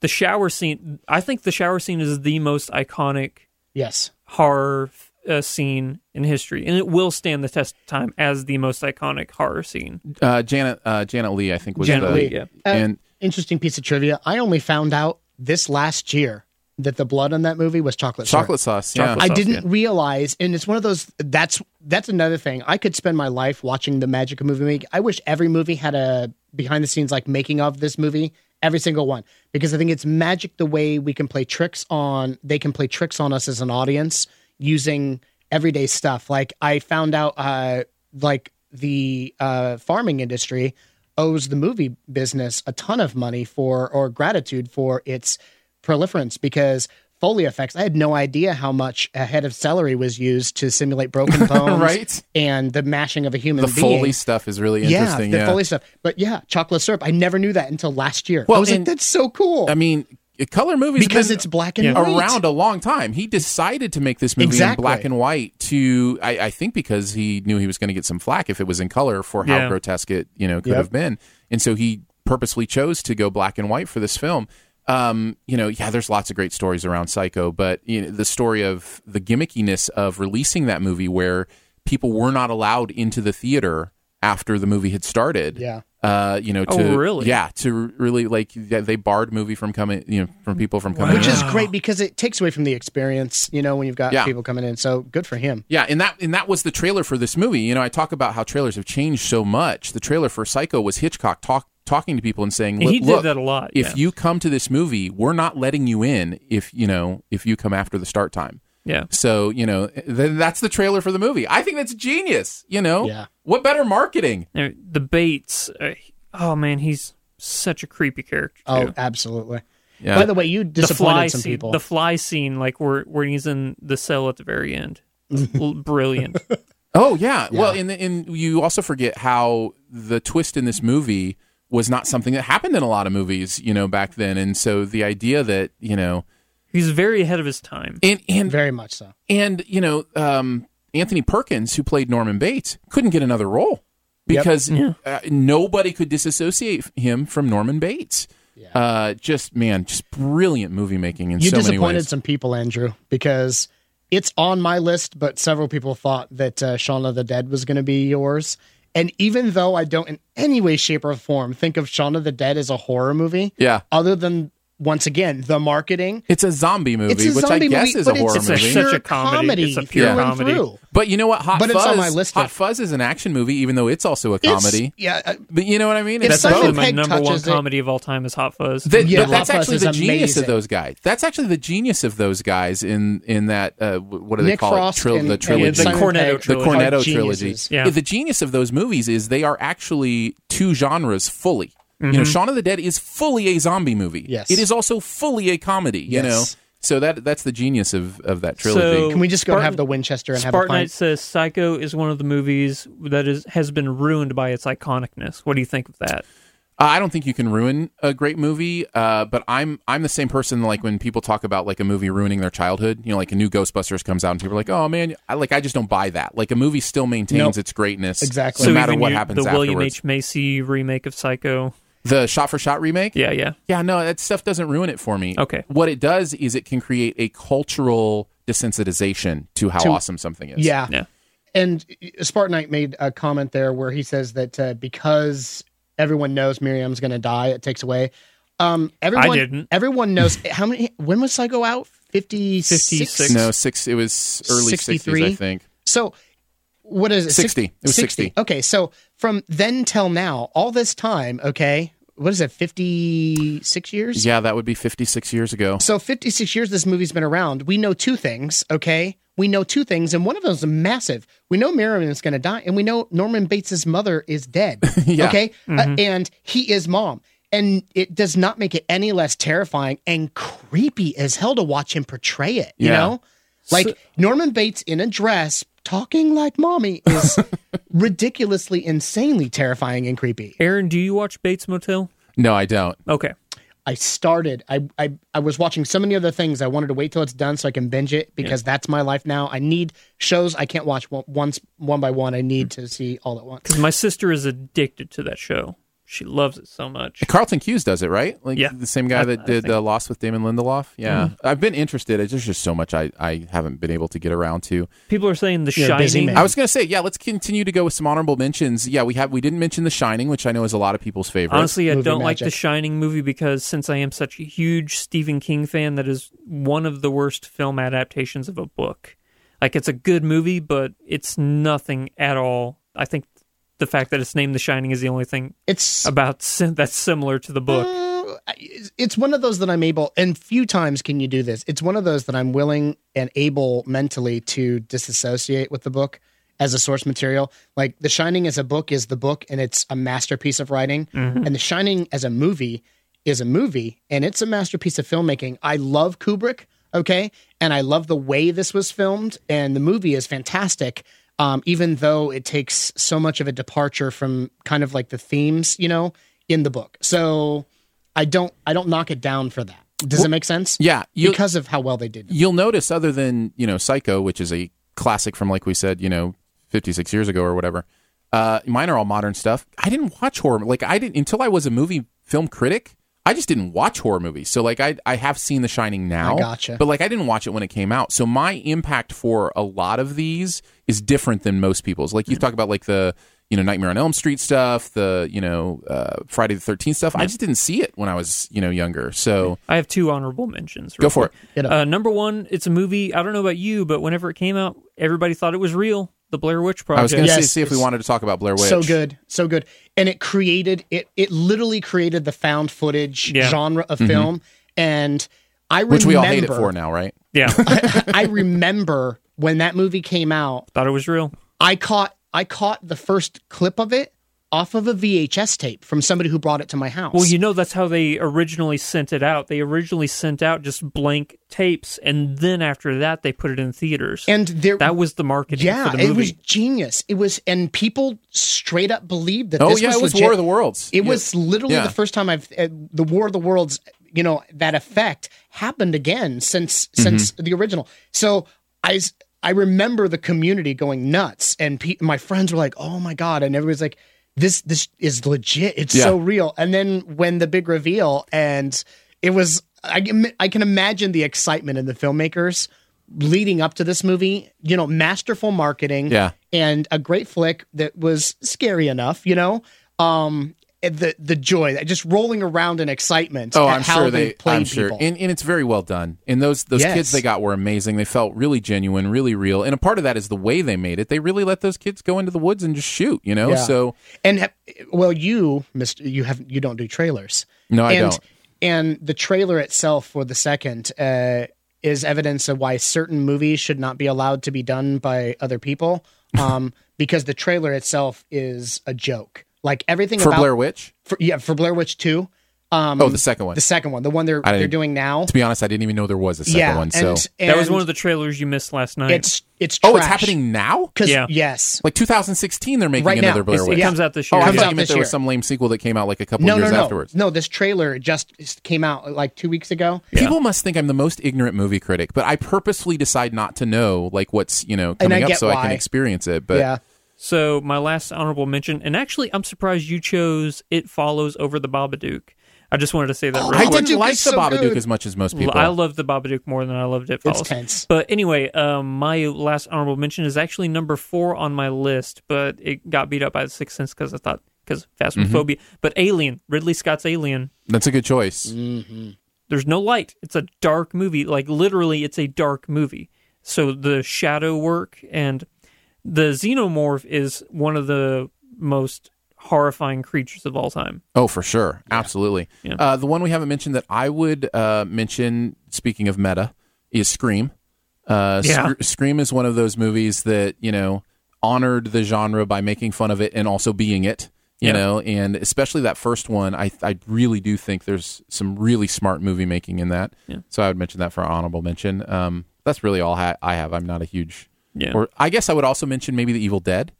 the shower scene. I think the shower scene is the most iconic
yes.
horror uh, scene in history, and it will stand the test of time as the most iconic horror scene.
uh, Janet uh, Janet Lee, I think was
Janet
the,
Leigh, yeah.
Uh,
and
Interesting piece of trivia. I only found out this last year that the blood on that movie was chocolate. syrup.
chocolate sauce.
Chocolate
yeah,
I
sauce,
didn't realize, and it's one of those. That's that's another thing. I could spend my life watching the magic of movie making. I wish every movie had a behind the scenes like making of this movie, every single one, because I think it's magic the way we can play tricks on. They can play tricks on us as an audience using everyday stuff. Like I found out, uh, like the uh, farming industry owes the movie business a ton of money for or gratitude for its proliferance because Foley effects. I had no idea how much a head of celery was used to simulate broken bones,
Right.
And the mashing of a human
the
being.
Foley stuff is really
yeah,
interesting.
the
Yeah,
Foley stuff. But yeah, chocolate syrup. I never knew that until last year.
Well,
I was like,
and-
that's so cool
I mean, color movies
because
been
it's black and white.
around a long time. He decided to make this movie in
Exactly.
black and white to, I, I think, because he knew he was going to get some flack if it was in color for how
Yeah.
grotesque it you know could
Yep.
have been, and so he purposely chose to go black and white for this film. Um, you know, yeah, there's lots of great stories around Psycho, but you know, the story of the gimmickiness of releasing that movie where people were not allowed into the theater after the movie had started
Yeah.
uh, you know, to
Oh, really?
yeah, to really like yeah, they barred movie from coming, you know, from people from coming,
Which
in.
is great because it takes away from the experience, you know, when you've got
Yeah.
people coming in. So good for him.
yeah, and that and that was the trailer for this movie. You know, I talk about how trailers have changed so much. The trailer for Psycho was Hitchcock talk, talking to people and saying,
And he
"Look,
did that a lot.
If
yeah.
you come to this movie, we're not letting you in. If you know, if you come after the start time."
yeah.
So you know, th- that's the trailer for the movie. I think that's genius. You know,
Yeah.
what better marketing?
There- the Bates. Uh, oh man, he's such a creepy character.
Oh,
too.
absolutely.
Yeah.
By the way, you
the fly
disappointed some
scene,
people.
the fly scene, like where where he's in the cell at the very end. L- Brilliant.
Oh yeah. Well, and and you also forget how the twist in this movie was not something that happened in a lot of movies, you know, back then. And so the idea that you know,
He's very ahead of his time.
and and
Very much so.
and you know, um, Anthony Perkins, who played Norman Bates, couldn't get another role
Yep.
because uh, nobody could disassociate him from Norman Bates. Uh, just man, just brilliant movie making in
You
so many
disappointed
ways.
some people, Andrew, because it's on my list, but several people thought that uh, Shaun of the Dead was going to be yours. And even though I don't in any way, shape, or form think of Shaun of the Dead as a horror movie,
Yeah,
other than, once again, the marketing,
it's a zombie movie,
it's a
which I
zombie
guess
movie,
is a
but
horror
it's
a
movie.
pure
Such a comedy. It's a pure
through and
comedy.
through.
But you know what? Hot
But it's
Fuzz.
on my list
Hot
of-
Fuzz is an action movie, even though it's also a
It's-
comedy.
yeah, uh,
but you know what I mean?
It's
It's
That's
Simon
actually
both.
my
Pegg
number one
touches it.
comedy of all time is Hot Fuzz.
That-
Yeah,
but that's
Hot Fuzz
actually
is
the genius of
amazing.
those guys. That's actually the genius of those guys in in that uh, wh- what do they
Nick
call
Frost
it? Tril-
and,
the
and
trilogy,
The
Simon
Cornetto
Pegg
the
trilogy.
are
Cornetto trilogy.
geniuses.
Yeah.
The genius of those movies is they are actually two genres fully. You know,
Mm-hmm.
Shaun of the Dead is fully a zombie movie.
Yes.
it is also fully a comedy. You
Yes.
know, so that that's the genius of of that trilogy.
So-
Can we just go and have
Spartan-
the Winchester and have a
Spartan Knight
pint?
says Psycho is one of the movies that is has been ruined by its iconicness. What do you think of that?
Uh, I don't think you can ruin a great movie, uh, but I'm I'm the same person. Like when people talk about like a movie ruining their childhood, you know, like a new Ghostbusters comes out and people are like, "Oh man," I like I just don't buy that. Like a movie still maintains
Nope.
its greatness,
Exactly.
no
so
matter
even
what
you-
happens
the
afterwards.
William H Macy remake of Psycho.
the shot for shot remake,
Yeah, yeah.
yeah, no, that stuff doesn't ruin it for me.
Okay.
what it does is it can create a cultural desensitization to how
To-
awesome something is.
Yeah.
Yeah.
And Spartan Knight made a comment there where he says that uh, because everyone knows Miriam's going to die, it takes away. Um, everyone,
didn't.
Everyone knows how many. When was Psycho out? 56?
56.
no, six. It was early
63?
sixties, I think.
So what is it?
60. It was 60.
Okay, so from then till now, all this time, okay, what is it, 56 years?
Yeah, that would be 56 years ago.
So 56 years this movie's been around. We know two things, okay? We know two things, and one of those is massive. We know Merriman is going to die, and we know Norman Bates' mother is dead,
Yeah.
okay? Uh, and he is mom. And it does not make it any less terrifying and creepy as hell to watch him portray it, you
Yeah.
know? Like Norman Bates in a dress talking like mommy is ridiculously, insanely terrifying and creepy.
Aaron, do you watch Bates Motel?
No, I don't.
Okay.
I started. I, I I was watching so many other things. I wanted to wait till it's done so I can binge it because that's my life now. I need shows. I can't watch one, once one by one. I need to see all at once.
My sister is addicted to that show. She loves it so much.
Carlton Hughes does it, right? Like
Yeah.
the same guy that did uh, Lost with Damon Lindelof. Yeah,
Mm-hmm.
I've been interested. It's- There's just so much I, I haven't been able to get around to.
People are saying The
You're a busy
Shining.
man.
I was gonna say, yeah, let's continue to go with some honorable mentions. Yeah, we have we didn't mention The Shining, which I know is a lot of people's favorite.
Honestly, I
Movie
don't like The
magic.
Shining movie because since I am such a huge Stephen King fan, that is one of the worst film adaptations of a book. Like it's a good movie, but it's nothing at all. I think the fact that it's named The Shining is the only thing
It's
about sim- that's similar to the book.
uh, it's one of those that I'm able and few times can you do this. It's one of those that I'm willing and able mentally to disassociate with the book as a source material. Like The Shining as a book is the book and it's a masterpiece of writing, and The Shining as a movie is a movie and it's a masterpiece of filmmaking. I love Kubrick, okay? And I love the way this was filmed and the movie is fantastic. Um, even though it takes so much of a departure from kind of like the themes, you know, in the book. So I don't I don't knock it down for that. Does it make sense?
yeah, you
because of how well they did. it.
you'll notice other than you know Psycho, which is a classic from like we said, you know, 56 years ago or whatever. Uh, mine are all modern stuff. I didn't watch horror. Like I didn't until I was a movie film critic. I just didn't watch horror movies. So like I I have seen The Shining now.
I gotcha.
But like I didn't watch it when it came out. So my impact for a lot of these is different than most people's. Like
Mm.
you talk about like the you know Nightmare on Elm Street stuff, the you know uh, Friday the Thirteenth stuff. I just didn't see it when I was you know younger. So
I have two honorable mentions.
go for it.
Get up.
Uh, number one, it's a movie. I don't know about you, but whenever it came out, everybody thought it was real. The Blair Witch Project.
I was going to
Yes,
see if we
it's-
wanted to talk about Blair Witch.
So good, so good. And it created it it literally created the found footage
Yeah.
genre of film and I remember
Mm-hmm. which we all hate it for now, right?
yeah,
I remember when that movie came out,
thought it was real.
I caught I caught the first clip of it off of a VHS tape from somebody who brought it to my house.
Well, you know that's how they originally sent it out. They originally sent out just blank tapes, and then after that, they put it in theaters.
and there
that was the marketing
yeah,
for the movie.
it was genius. It was and people straight up believed that
Oh
this
yeah,
was
it was
legit.
War of the Worlds.
It was literally
Yeah.
the first time I've uh, the War of the Worlds. You know that effect happened again since since
Mm-hmm.
the original. So I s- I remember the community going nuts, and pe- my friends were like, "Oh my god!" And everybody's like, "This this is legit. It's
Yeah.
so real." And then when the big reveal, and it was I can- I can imagine the excitement in the filmmakers leading up to this movie. You know, masterful marketing
Yeah.
and a great flick that was scary enough, you know. Um, and the the joy, just rolling around in excitement.
Oh,
at
I'm
how
sure they.
played
I'm sure,
people.
and, and it's very well done. And those those
Yes.
kids they got were amazing. They felt really genuine, really real. And a part of that is the way they made it. They really let those kids go into the woods and just shoot. You know,
Yeah.
so
and ha- well, you, Mister, you have you don't do trailers.
No, I
and,
don't.
And the trailer itself for the second uh, is evidence of why certain movies should not be allowed to be done by other people, um, because the trailer itself is a joke. Like everything
for
about
Blair Witch.
for, yeah for Blair Witch Two, um,
Oh, the second one.
the second one, the one they're
didn't-
they're doing now.
to be honest, I didn't even know there was a second one. So
and, and
that was one of the trailers you missed last night.
It's it's
oh,
trash.
it's happening now.
because
Yeah.
yes,
Like 2016, they're making
Right now.
another Blair
It's-
Witch.
it
yeah.
comes out this
Oh,
year.
I
Comes
thought
out
you
this
meant there
year.
was some lame sequel that came out like a couple
no, no,
years
no,
afterwards.
no. This trailer just s- came out like two weeks ago.
People must think I'm the most ignorant movie critic, but I purposefully decide not to know like what's you know coming up
get
so I can
why.
experience it. But Oh.
yeah,
So my last honorable mention, and actually, I'm surprised you chose It Follows over the Babadook. I just wanted to say that. real
I
quick.
did
didn't
Babadook
like
is
the
so
Babadook
good.
as much as most people.
I love the Babadook more than I loved it. Follows.
tense.
But anyway, um, my last honorable mention is actually number four on my list, but it got beat up by the Sixth Sense because I thought because phasmophobia.
Mm-hmm.
But Alien, Ridley Scott's Alien.
That's a good choice.
There's no light. It's a dark movie. Like literally, it's a dark movie. So the shadow work and the xenomorph is one of the most horrifying creatures of all time.
Oh, for sure, absolutely.
Yeah.
Uh, the one we haven't mentioned that I would uh, mention, speaking of meta, is Scream. Uh,
Yeah.
Sc- Scream is one of those movies that you know honored the genre by making fun of it and also being it. You
Yeah.
know, and especially that first one, I I really do think there's some really smart movie making in that.
Yeah.
So I would mention that for honorable mention. Um, that's really all ha- I have. I'm not a huge,
Yeah.
or I guess I would also mention maybe The Evil Dead,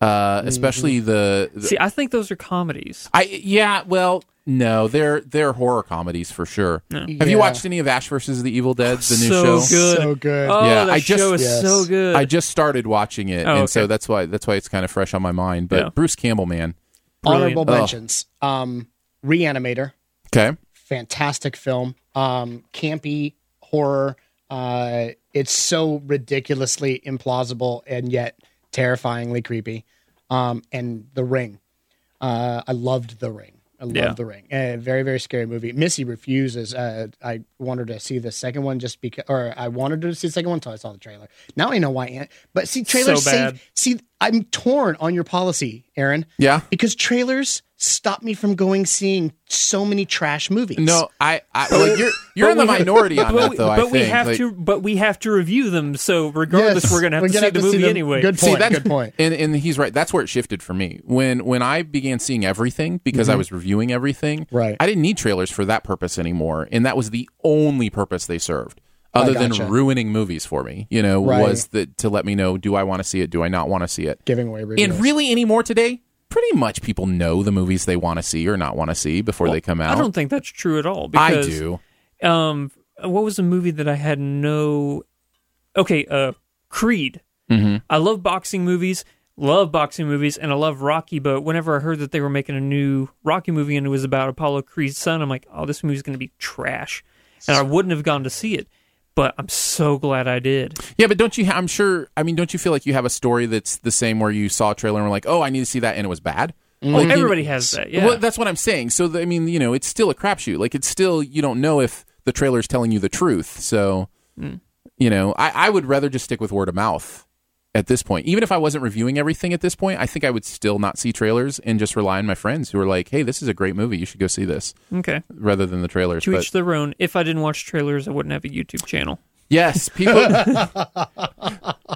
uh, especially the, the
Mm-hmm. See, I think those are comedies.
I yeah, well, no, they're they're horror comedies for sure. Have
Yeah.
you watched any of Ash versus the Evil Dead, the new
so
show?
good.
So good.
Oh,
Uh, Yeah,
that
I just-
show is
Yes.
so good.
I just started watching it,
Oh,
and so
okay.
that's why that's why it's kind of fresh on my mind. But
Yeah.
Bruce Campbell, man,
Brilliant.
Honorable
Oh.
mentions. Um, Reanimator,
okay,
fantastic film. Um, campy horror. Uh, it's so ridiculously implausible and yet terrifyingly creepy. Um, and The Ring. Uh, I loved The Ring. I love
Yeah.
The Ring. Uh, very very scary movie. Missy refuses. Uh, I wanted to see the second one just because, or I wanted to see the second one until I saw the trailer. Now I know why. Aunt, but see, trailers
bad.
save. See, I'm torn on your policy, Aaron
yeah.
because trailers stop me from going seeing so many trash movies.
No, I, I well, you're you're in the
But we-
minority on
but
that
we-
though. I
but we
think.
have
Like,
to. But we have to review them. So regardless,
Yes,
we're gonna have to see the movie anyway.
Good
See,
point.
that's
good point.
And, and he's right. That's where it shifted for me when when I began seeing everything because I was reviewing everything.
Mm-hmm. Right.
I didn't need trailers for that purpose anymore, and that was the only purpose they served, other
gotcha.
than ruining movies for me. You know,
Right.
was that to let me know do I want to see it, do I not want to see it,
Giving away reviews.
and really anymore today. Pretty much, people know the movies they want to see or not want to see before they come out.
I don't think that's true at all.
I
Because,
do.
Um, what was a movie that I had no? Okay, uh, Creed.
Mhm.
I love boxing movies. Love boxing movies, and I love Rocky. But whenever I heard that they were making a new Rocky movie and it was about Apollo Creed's son, I'm like, oh, this movie's gonna be trash, and I wouldn't have gone to see it. But I'm so glad I did.
Yeah, but don't you? Ha- I'm sure. I mean, don't you feel like you have a story that's the same where you saw a trailer and were like, "Oh, I need to see that," and it was bad.
Mm-hmm.
Like, you-
Everybody has that. Yeah.
Well, that's what I'm saying. So, I mean, you know, it's still a crapshoot. Like, it's still, you don't know if the trailer's telling you the truth. So, you know, I, I would rather just stick with word of mouth at this point. Even if I wasn't reviewing everything at this point, I think I would still not see trailers and just rely on my friends who are like, hey, this is a great movie. You should go see this
okay.
rather than the trailers.
To
But-
each their own. If I didn't watch trailers, I wouldn't have a YouTube channel.
yes, people,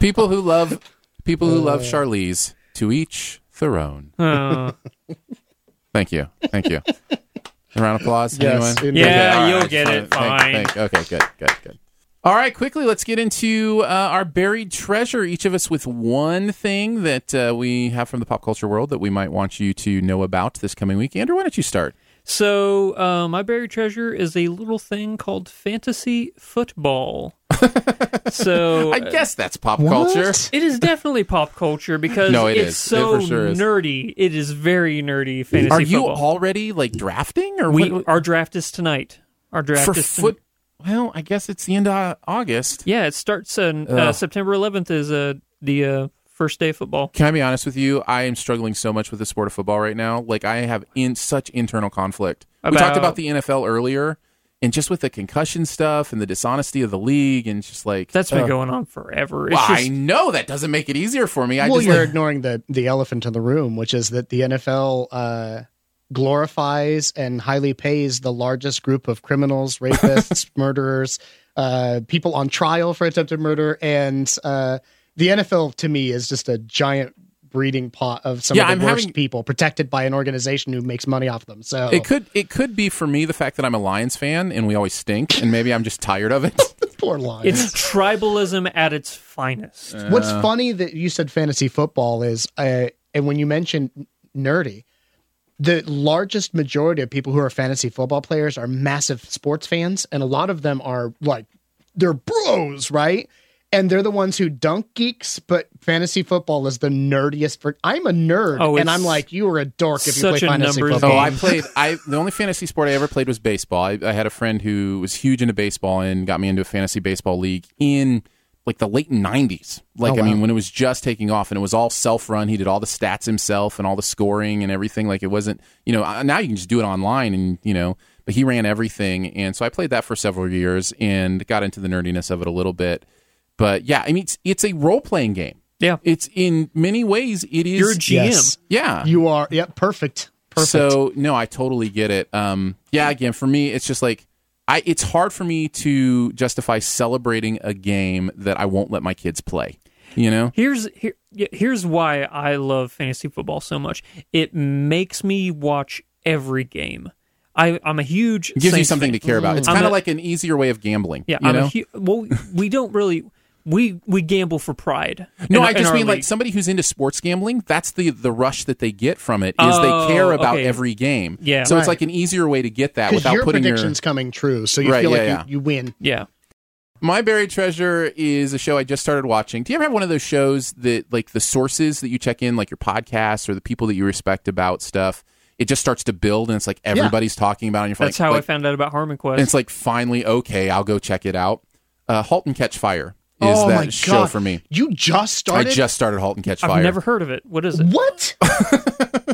people who love, people who love Charlize, to each their own.
Uh,
Thank you. Thank you. A round of applause.
Yes,
anyone?
indeed. Yeah,
Okay, all
you'll
right.
get it.
Thank-
Fine.
thank- okay, good, good, good. All right, quickly, let's get into uh, our buried treasure. Each of us with one thing that uh, we have from the pop culture world that we might want you to know about this coming week. Andrew, why don't you start?
so, uh, my buried treasure is a little thing called fantasy football. so,
I guess that's pop culture.
it is definitely pop culture because
No, it
it's
is. It
so
for sure is.
nerdy. It is very nerdy fantasy
Are you
football.
already like drafting or
we,
what-
our draft is tonight. Our draft
for
is ton-
foot? Well, I guess it's the end of August.
Yeah, it starts on uh,
Ugh.
uh, uh,
Oh, It's in
Oh, Yeah.
uh,
many ways it is
You're a GM.
Yes.
yeah.
You are. Yep. perfect. Perfect.
So no, I totally get it. Um, yeah, again, for me, it's just like I. It's hard for me to justify celebrating a game that I won't let my kids play. You know,
Here's here, yeah, here's why I love fantasy football so much. It makes me watch every game. I, I'm a huge
it gives you
Saints
something
fan.
to care about. It's
Mm-hmm. I'm
kind of
a-
like an easier way of gambling.
Yeah,
you
I'm
know.
a hu- well. We don't really we we gamble for pride.
no,
in-
I
in
just
our
mean like
league.
somebody who's into sports gambling. That's the the rush that they get from it is
Oh,
they care about
okay.
every game.
Yeah.
so it's
Right.
like an easier way to get that
because
without
your
putting
prediction's coming true, so you
Right,
feel like
yeah,
you,
yeah.
you win.
yeah.
My Buried Treasure is a show I just started watching. Do you ever have one of those shows that, like, the sources that you check in, like your podcasts or the people that you respect about stuff, it just starts to build and it's like everybody's talking about it? And you're
That's
like,
how I
like-
found out about Harmon Quest.
And it's like, finally, okay, I'll go check it out. Uh, halt and Catch Fire is
oh my
that show
God.
for me.
You just started.
I just started Halt and Catch
I've
Fire.
never heard of it. What is it?
What?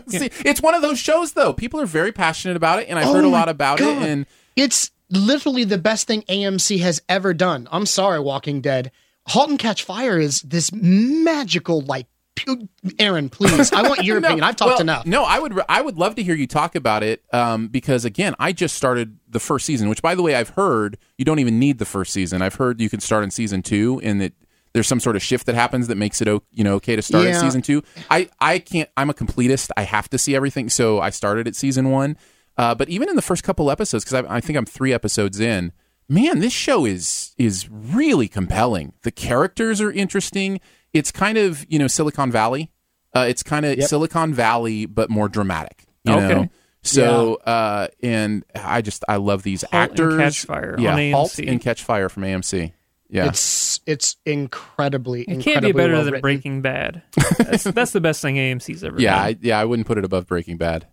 See, it's one of those shows, though. People are very passionate about it, and I've
Oh
heard a
my
lot about
God.
it. And
It's literally the best thing AMC has ever done. I'm sorry, Walking Dead. Halt and Catch Fire is this magical, like, pu- Aaron, please. I want your opinion. I've talked
well,
enough.
No, I would I would love to hear you talk about it um, because again, I just started the first season, which by the way, I've heard you don't even need the first season. I've heard you can start in season two, and that there's some sort of shift that happens that makes it o- you know okay to start at
Yeah.
season two. I I can't. I'm a completist. I have to see everything, so I started at season one. Uh, but even in the first couple episodes, because I, I think I'm three episodes in, man, this show is is really compelling. The characters are interesting. It's kind of you know Silicon Valley. Uh, it's kind of Silicon Valley, but more dramatic. You
Okay.
know? So, uh, and I just I love these
and
actors.
Catch Fire
yeah,
on
Halt
AMC.
and Catch Fire from AMC. Yeah,
It's it's incredibly,
It can't
incredibly
be better
well
than
written.
Breaking Bad. That's, that's the best thing AMC's ever
yeah,
done.
I, yeah. I wouldn't put it above Breaking Bad.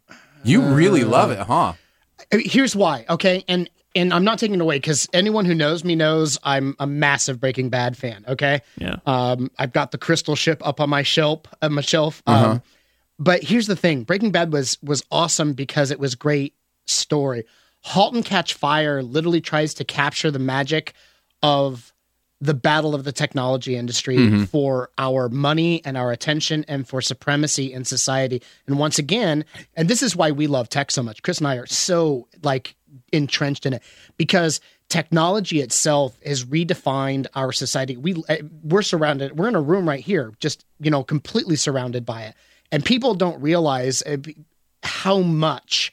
You really love it, huh?
I mean, Uh, Here's why, okay? And and I'm not taking it away because anyone who knows me knows I'm a massive Breaking Bad fan. Okay,
Yeah.
Um, I've got the Crystal Ship up on my shelf, on my shelf. Um, But here's the thing: Breaking Bad was was awesome because it was great story. *Halt and Catch Fire* literally tries to capture the magic of the battle of the technology industry for our money and our attention and for supremacy in society. And once again, and this is why we love tech so much. Chris and I are so like entrenched in it because technology itself has redefined our society. We eh, we're surrounded. We're in a room right here, just you know, completely surrounded by it. And people don't realize eh, how much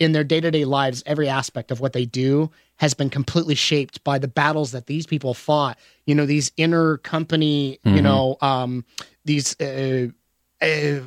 in their day to day lives, every aspect of what they do has been completely shaped by the battles that these people fought. You know, these inner company, you know, um, these uh, uh,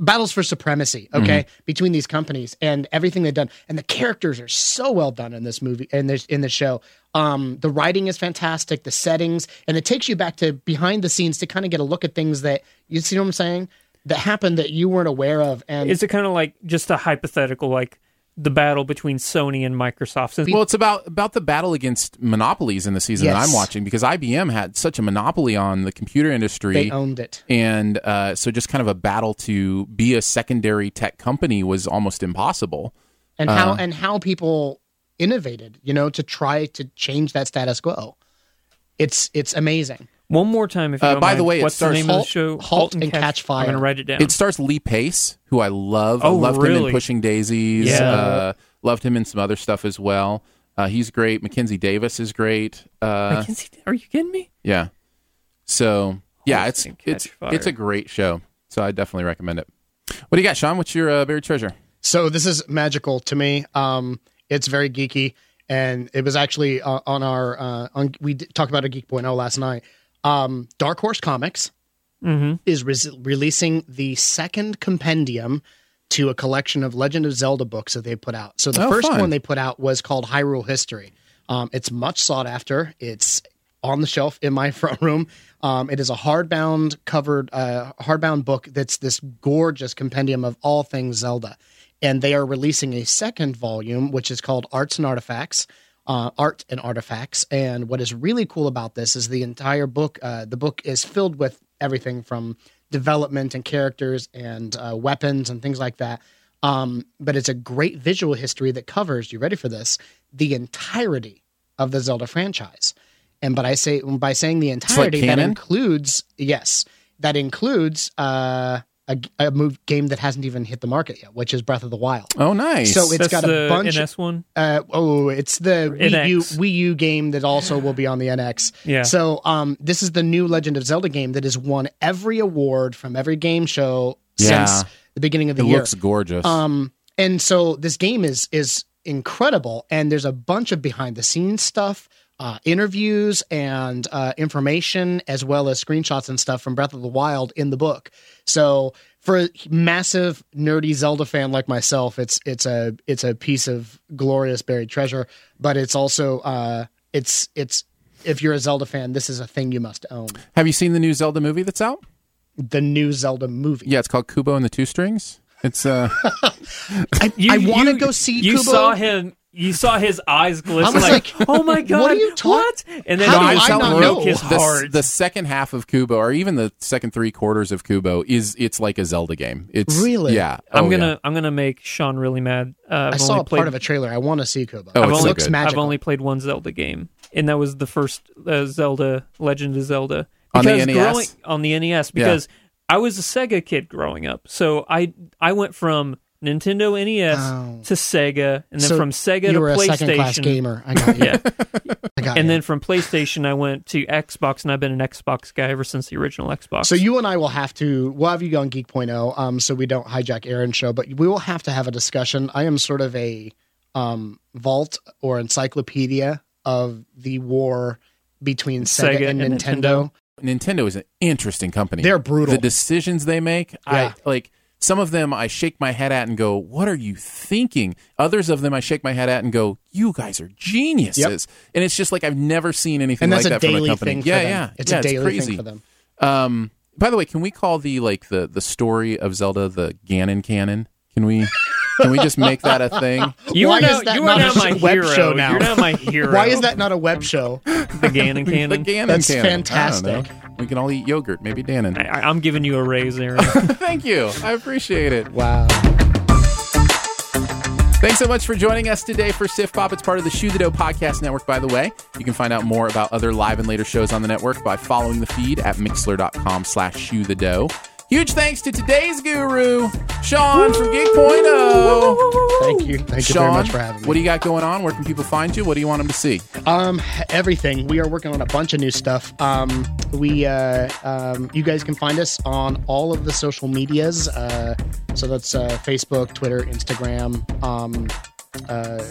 battles for supremacy, okay, between these companies and everything they've done. And the characters are so well done in this movie and this in the show. Um, the writing is fantastic, the settings, and it takes you back to behind the scenes to kind of get a look at things that you see what I'm saying that happened that you weren't aware of. And
Is it kind of like just a hypothetical, like the battle between Sony and Microsoft? Since
Well, it's about about the battle against monopolies in the season that
Yes.
I'm watching because IBM had such a monopoly on the computer industry.
they owned it.
and uh, so just kind of a battle to be a secondary tech company was almost impossible.
and how
uh,
and how people innovated you know to try to change that status quo it's it's amazing
one more time, if you
Uh,
don't
by the
mind.
way, it
what's the
starts-
name of
Halt-
the show?
Halt and Catch Fire.
I'm gonna write it down.
It stars Lee Pace, who I love. I
Oh,
loved him
really?
in Pushing Daisies.
Yeah.
Uh, loved him in some other stuff as well. Uh, he's great. Mackenzie Davis is great. Uh,
Mackenzie, are you kidding me?
yeah. So yeah,
Halt
it's
and Catch
it's
Fire.
it's a great show. So I definitely recommend it. What do you got, Sean? What's your uh, buried treasure?
so this is magical to me um it's very geeky and it was actually uh, on our uh on we d- talked about a geek point oh last night um dark horse comics
Mm-hmm.
is res- releasing the second compendium to a collection of Legend of Zelda books that they put out. So the
Oh,
first
fun.
one they put out was called Hyrule History. Um, it's much sought after. It's on the shelf in my front room. Um, it is a hardbound covered uh, hardbound book that's this gorgeous compendium of all things Zelda. And they are releasing a second volume, which is called Arts and Artifacts uh, art and artifacts. And what is really cool about this is the entire book. Uh, the book is filled with everything from development and characters and uh, weapons and things like that. Um, but it's a great visual history that covers. You ready for this? The entirety of the Zelda franchise. And but I say by saying the entirety that
canon?
includes yes, that includes uh, a, a move game that hasn't even hit the market yet, which is Breath of the Wild.
Oh, nice.
So it's
That's
got
the
a bunch.
NS one.
Uh, oh, it's the Wii
NX.
U, Wii U game that also will be on the NX.
Yeah.
So um, this is the new Legend of Zelda game that has won every award from every game show
Yeah.
since the beginning of the
it
year.
looks gorgeous.
Um, and so this game is is incredible, and there's a bunch of behind the scenes stuff, uh, interviews and uh, information, as well as screenshots and stuff from Breath of the Wild in the book. So for a massive nerdy Zelda fan like myself, it's it's a it's a piece of glorious buried treasure, but it's also uh, it's it's if you're a Zelda fan, this is a thing you must own.
Have you seen the new Zelda movie that's out?
The new Zelda movie.
Yeah, it's called Kubo and the Two Strings. It's uh,
I,
You-
I want to
you-
go see.
You
Kubo.
saw him. You saw his eyes glisten.
was
like,
like,
oh my god,
what are you talk-
what?" And then
How
he
do
was
I not
broke
know?
his
the,
heart.
the second half of Kubo, or even the second three quarters of Kubo, is it's like a Zelda game. It's
Really?
yeah.
I'm
Oh,
gonna
yeah.
I'm gonna make Sean really mad. Uh,
I
I've
saw
only
a
played,
part of a trailer. I want to see Kubo.
Oh,
it
it's so
looks
good.
magical.
I've only played one Zelda game, and that was the first uh, Zelda Legend of Zelda
On the
Because
E
NES?
Growing, on the NES, because I was a Sega kid growing up, so I I went from Nintendo NES
Oh.
to Sega, and then
So
from Sega
you
to
were a second class
PlayStation.
gamer. I got you.
Yeah,
I got
and
you.
then from PlayStation, I went to Xbox, and I've been an Xbox guy ever since the original Xbox.
so you and I will have to. We'll have you on Geek.0, um, so we don't hijack Aaron's show, but we will have to have a discussion. I am sort of a um, vault or encyclopedia of the war between Sega,
Sega
and,
and
Nintendo.
Nintendo is an interesting company.
They're brutal.
The decisions they make,
Yeah.
I like. Some of them I shake my head at and go, "What are you thinking?" Others of them I shake my head at and go, "You guys are geniuses." And it's just like I've never seen anything
And that's
like
a
that from a
daily
company.
thing for
yeah,
them.
yeah,
It's
yeah,
a daily
crazy.
thing for them.
Um, by the way, can we call the like the the story of Zelda the Ganon canon? Can we can we just make that a thing?
You
Why
are now,
is that
you
not
are now
a
my
web
hero.
show now?
You're now my hero.
Why is that not a web show?
the Ganon
The
Cannon?
Ganon
That's
canon.
fantastic.
I don't know. We can all eat yogurt, maybe Danon.
I, I'm giving you a raise, Aaron.
Thank you. I appreciate it.
Wow.
Thanks so much for joining us today for Sif Pop. It's part of the Shoe the Dough Podcast Network, by the way. You can find out more about other live and later shows on the network by following the feed at mixler.com slash shoe the dough. Huge thanks to today's guru, Sean from Geek.0.
Thank you. Thank you
Sean,
very much for having me.
what do you got going on? Where can people find you? What do you want them to see?
Um, everything. We are working on a bunch of new stuff. Um, we, uh, um, you guys can find us on all of the social medias. Uh, so that's uh, Facebook, Twitter, Instagram, um, uh,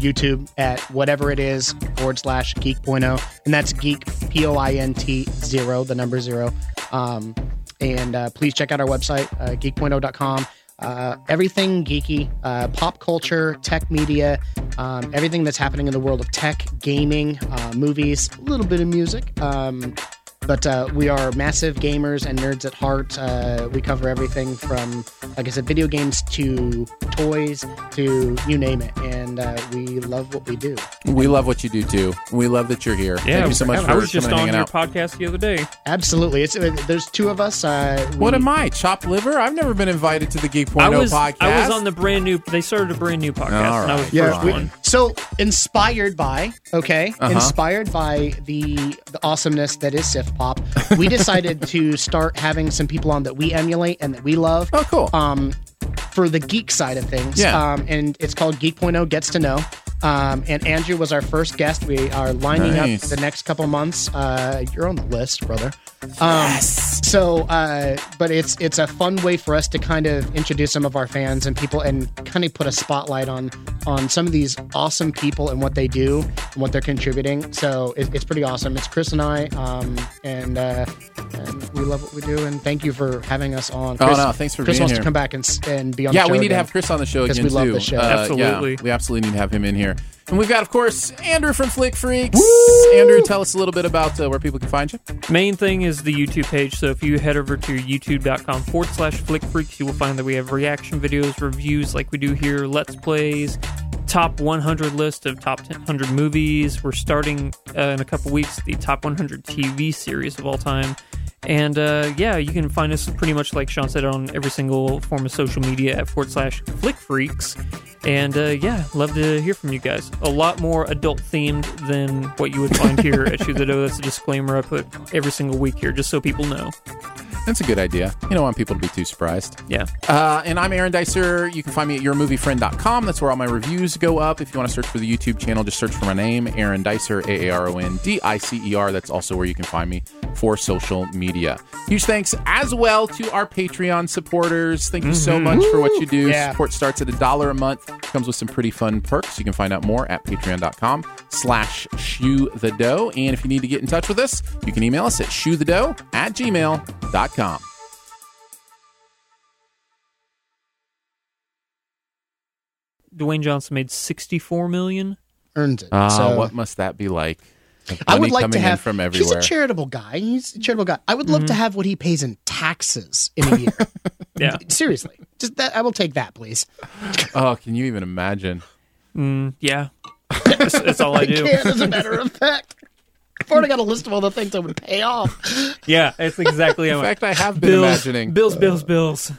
YouTube at whatever it is forward slash geek.0, and that's geek p o i n t zero, the number zero. Um, and uh, please check out our website uh, geek.0.com uh, everything geeky uh, pop culture tech media um, everything that's happening in the world of tech gaming uh, movies a little bit of music um, but uh, we are massive gamers and nerds at heart uh, we cover everything from like i said video games to toys to you name it and uh, we love what we do
We love what you do too. We love that you're here. Thank you so much for
I was just
coming and
on
hanging
your
out.
podcast the other day.
absolutely it's, uh, there's two of us uh, we-
what am I? Chopped liver? I've never been invited to the Geek.0
I was
podcast.
I was on the brand new. They started a brand new
All
podcast, and I
right.
was the
Yeah,
first
we-
one.
So inspired by, okay,
Uh-huh.
inspired by the the awesomeness that is Sif Pop, we decided to start having some people on that we emulate and that we love.
Oh, cool.
Um, for the geek side of things,
Yeah.
Um, and it's called Geek.0 Gets to Know. Um, and Andrew was our first guest. We are lining
Nice.
up the next couple months. Uh, you're on the list, brother. Um, so, uh, but it's it's a fun way for us to kind of introduce some of our fans and people, and kind of put a spotlight on on some of these awesome people and what they do and what they're contributing. So it, it's pretty awesome. It's Chris and I, um, and, uh, and we love what we do. And thank you for having us on.
Oh,
Chris,
no, thanks for
Chris
being
wants
here.
to come back and s- and be on.
yeah,
the show
we need to
again.
have Chris on the show
'Cause
again
we love
too. Uh,
the show.
yeah,
Absolutely.
we absolutely need to have him in here. And we've got, of course, Andrew from Flick Freaks. Andrew, tell us a little bit about uh, where people can find you.
Main thing is the YouTube page. So if you head over to youtube.com forward slash flick freaks, you will find that we have reaction videos, reviews like we do here, let's plays, top 100 list of top 100 movies. We're starting uh, in a couple weeks the top 100 TV series of all time. And uh, yeah, you can find us pretty much like Sean said on every single form of social media at forward slash flick freaks. And uh, yeah, love to hear from you guys. A lot more adult themed than what you would find here at Shoot the Dough. That's a disclaimer I put every single week here, just so people know.
That's a good idea. You don't want people to be too surprised.
Yeah.
Uh, and I'm Aaron Dicer. You can find me at yourmoviefriend.com. That's where all my reviews go up. If you want to search for the YouTube channel, just search for my name, Aaron Dicer, A A R O N D I C E R. That's also where you can find me for social media. Huge thanks as well to our Patreon supporters. Thank you so much for what you do.
Yeah.
Support starts at a dollar a month. Comes with some pretty fun perks. You can find out more at patreon.com slash shoe the dough. And if you need to get in touch with us, you can email us at shoe the dough at gmail.com.
Dwayne Johnson made 64 million.
Earns it.
Ah,
so
what must that be like? Money
I would like
coming
to
in
have.
from
he's
everywhere. Mm-hmm.
a charitable guy. He's a charitable guy. I would love to have what he pays in taxes in a year.
Yeah.
Seriously, just that. I will take that, please.
oh, can you even imagine?
Yeah. That's, that's all I do.
Can as a matter of fact. I've already got a list of all the things I would pay off.
Yeah, that's exactly how
In
I
fact, I have been
bills,
imagining.
bills, bills, bills.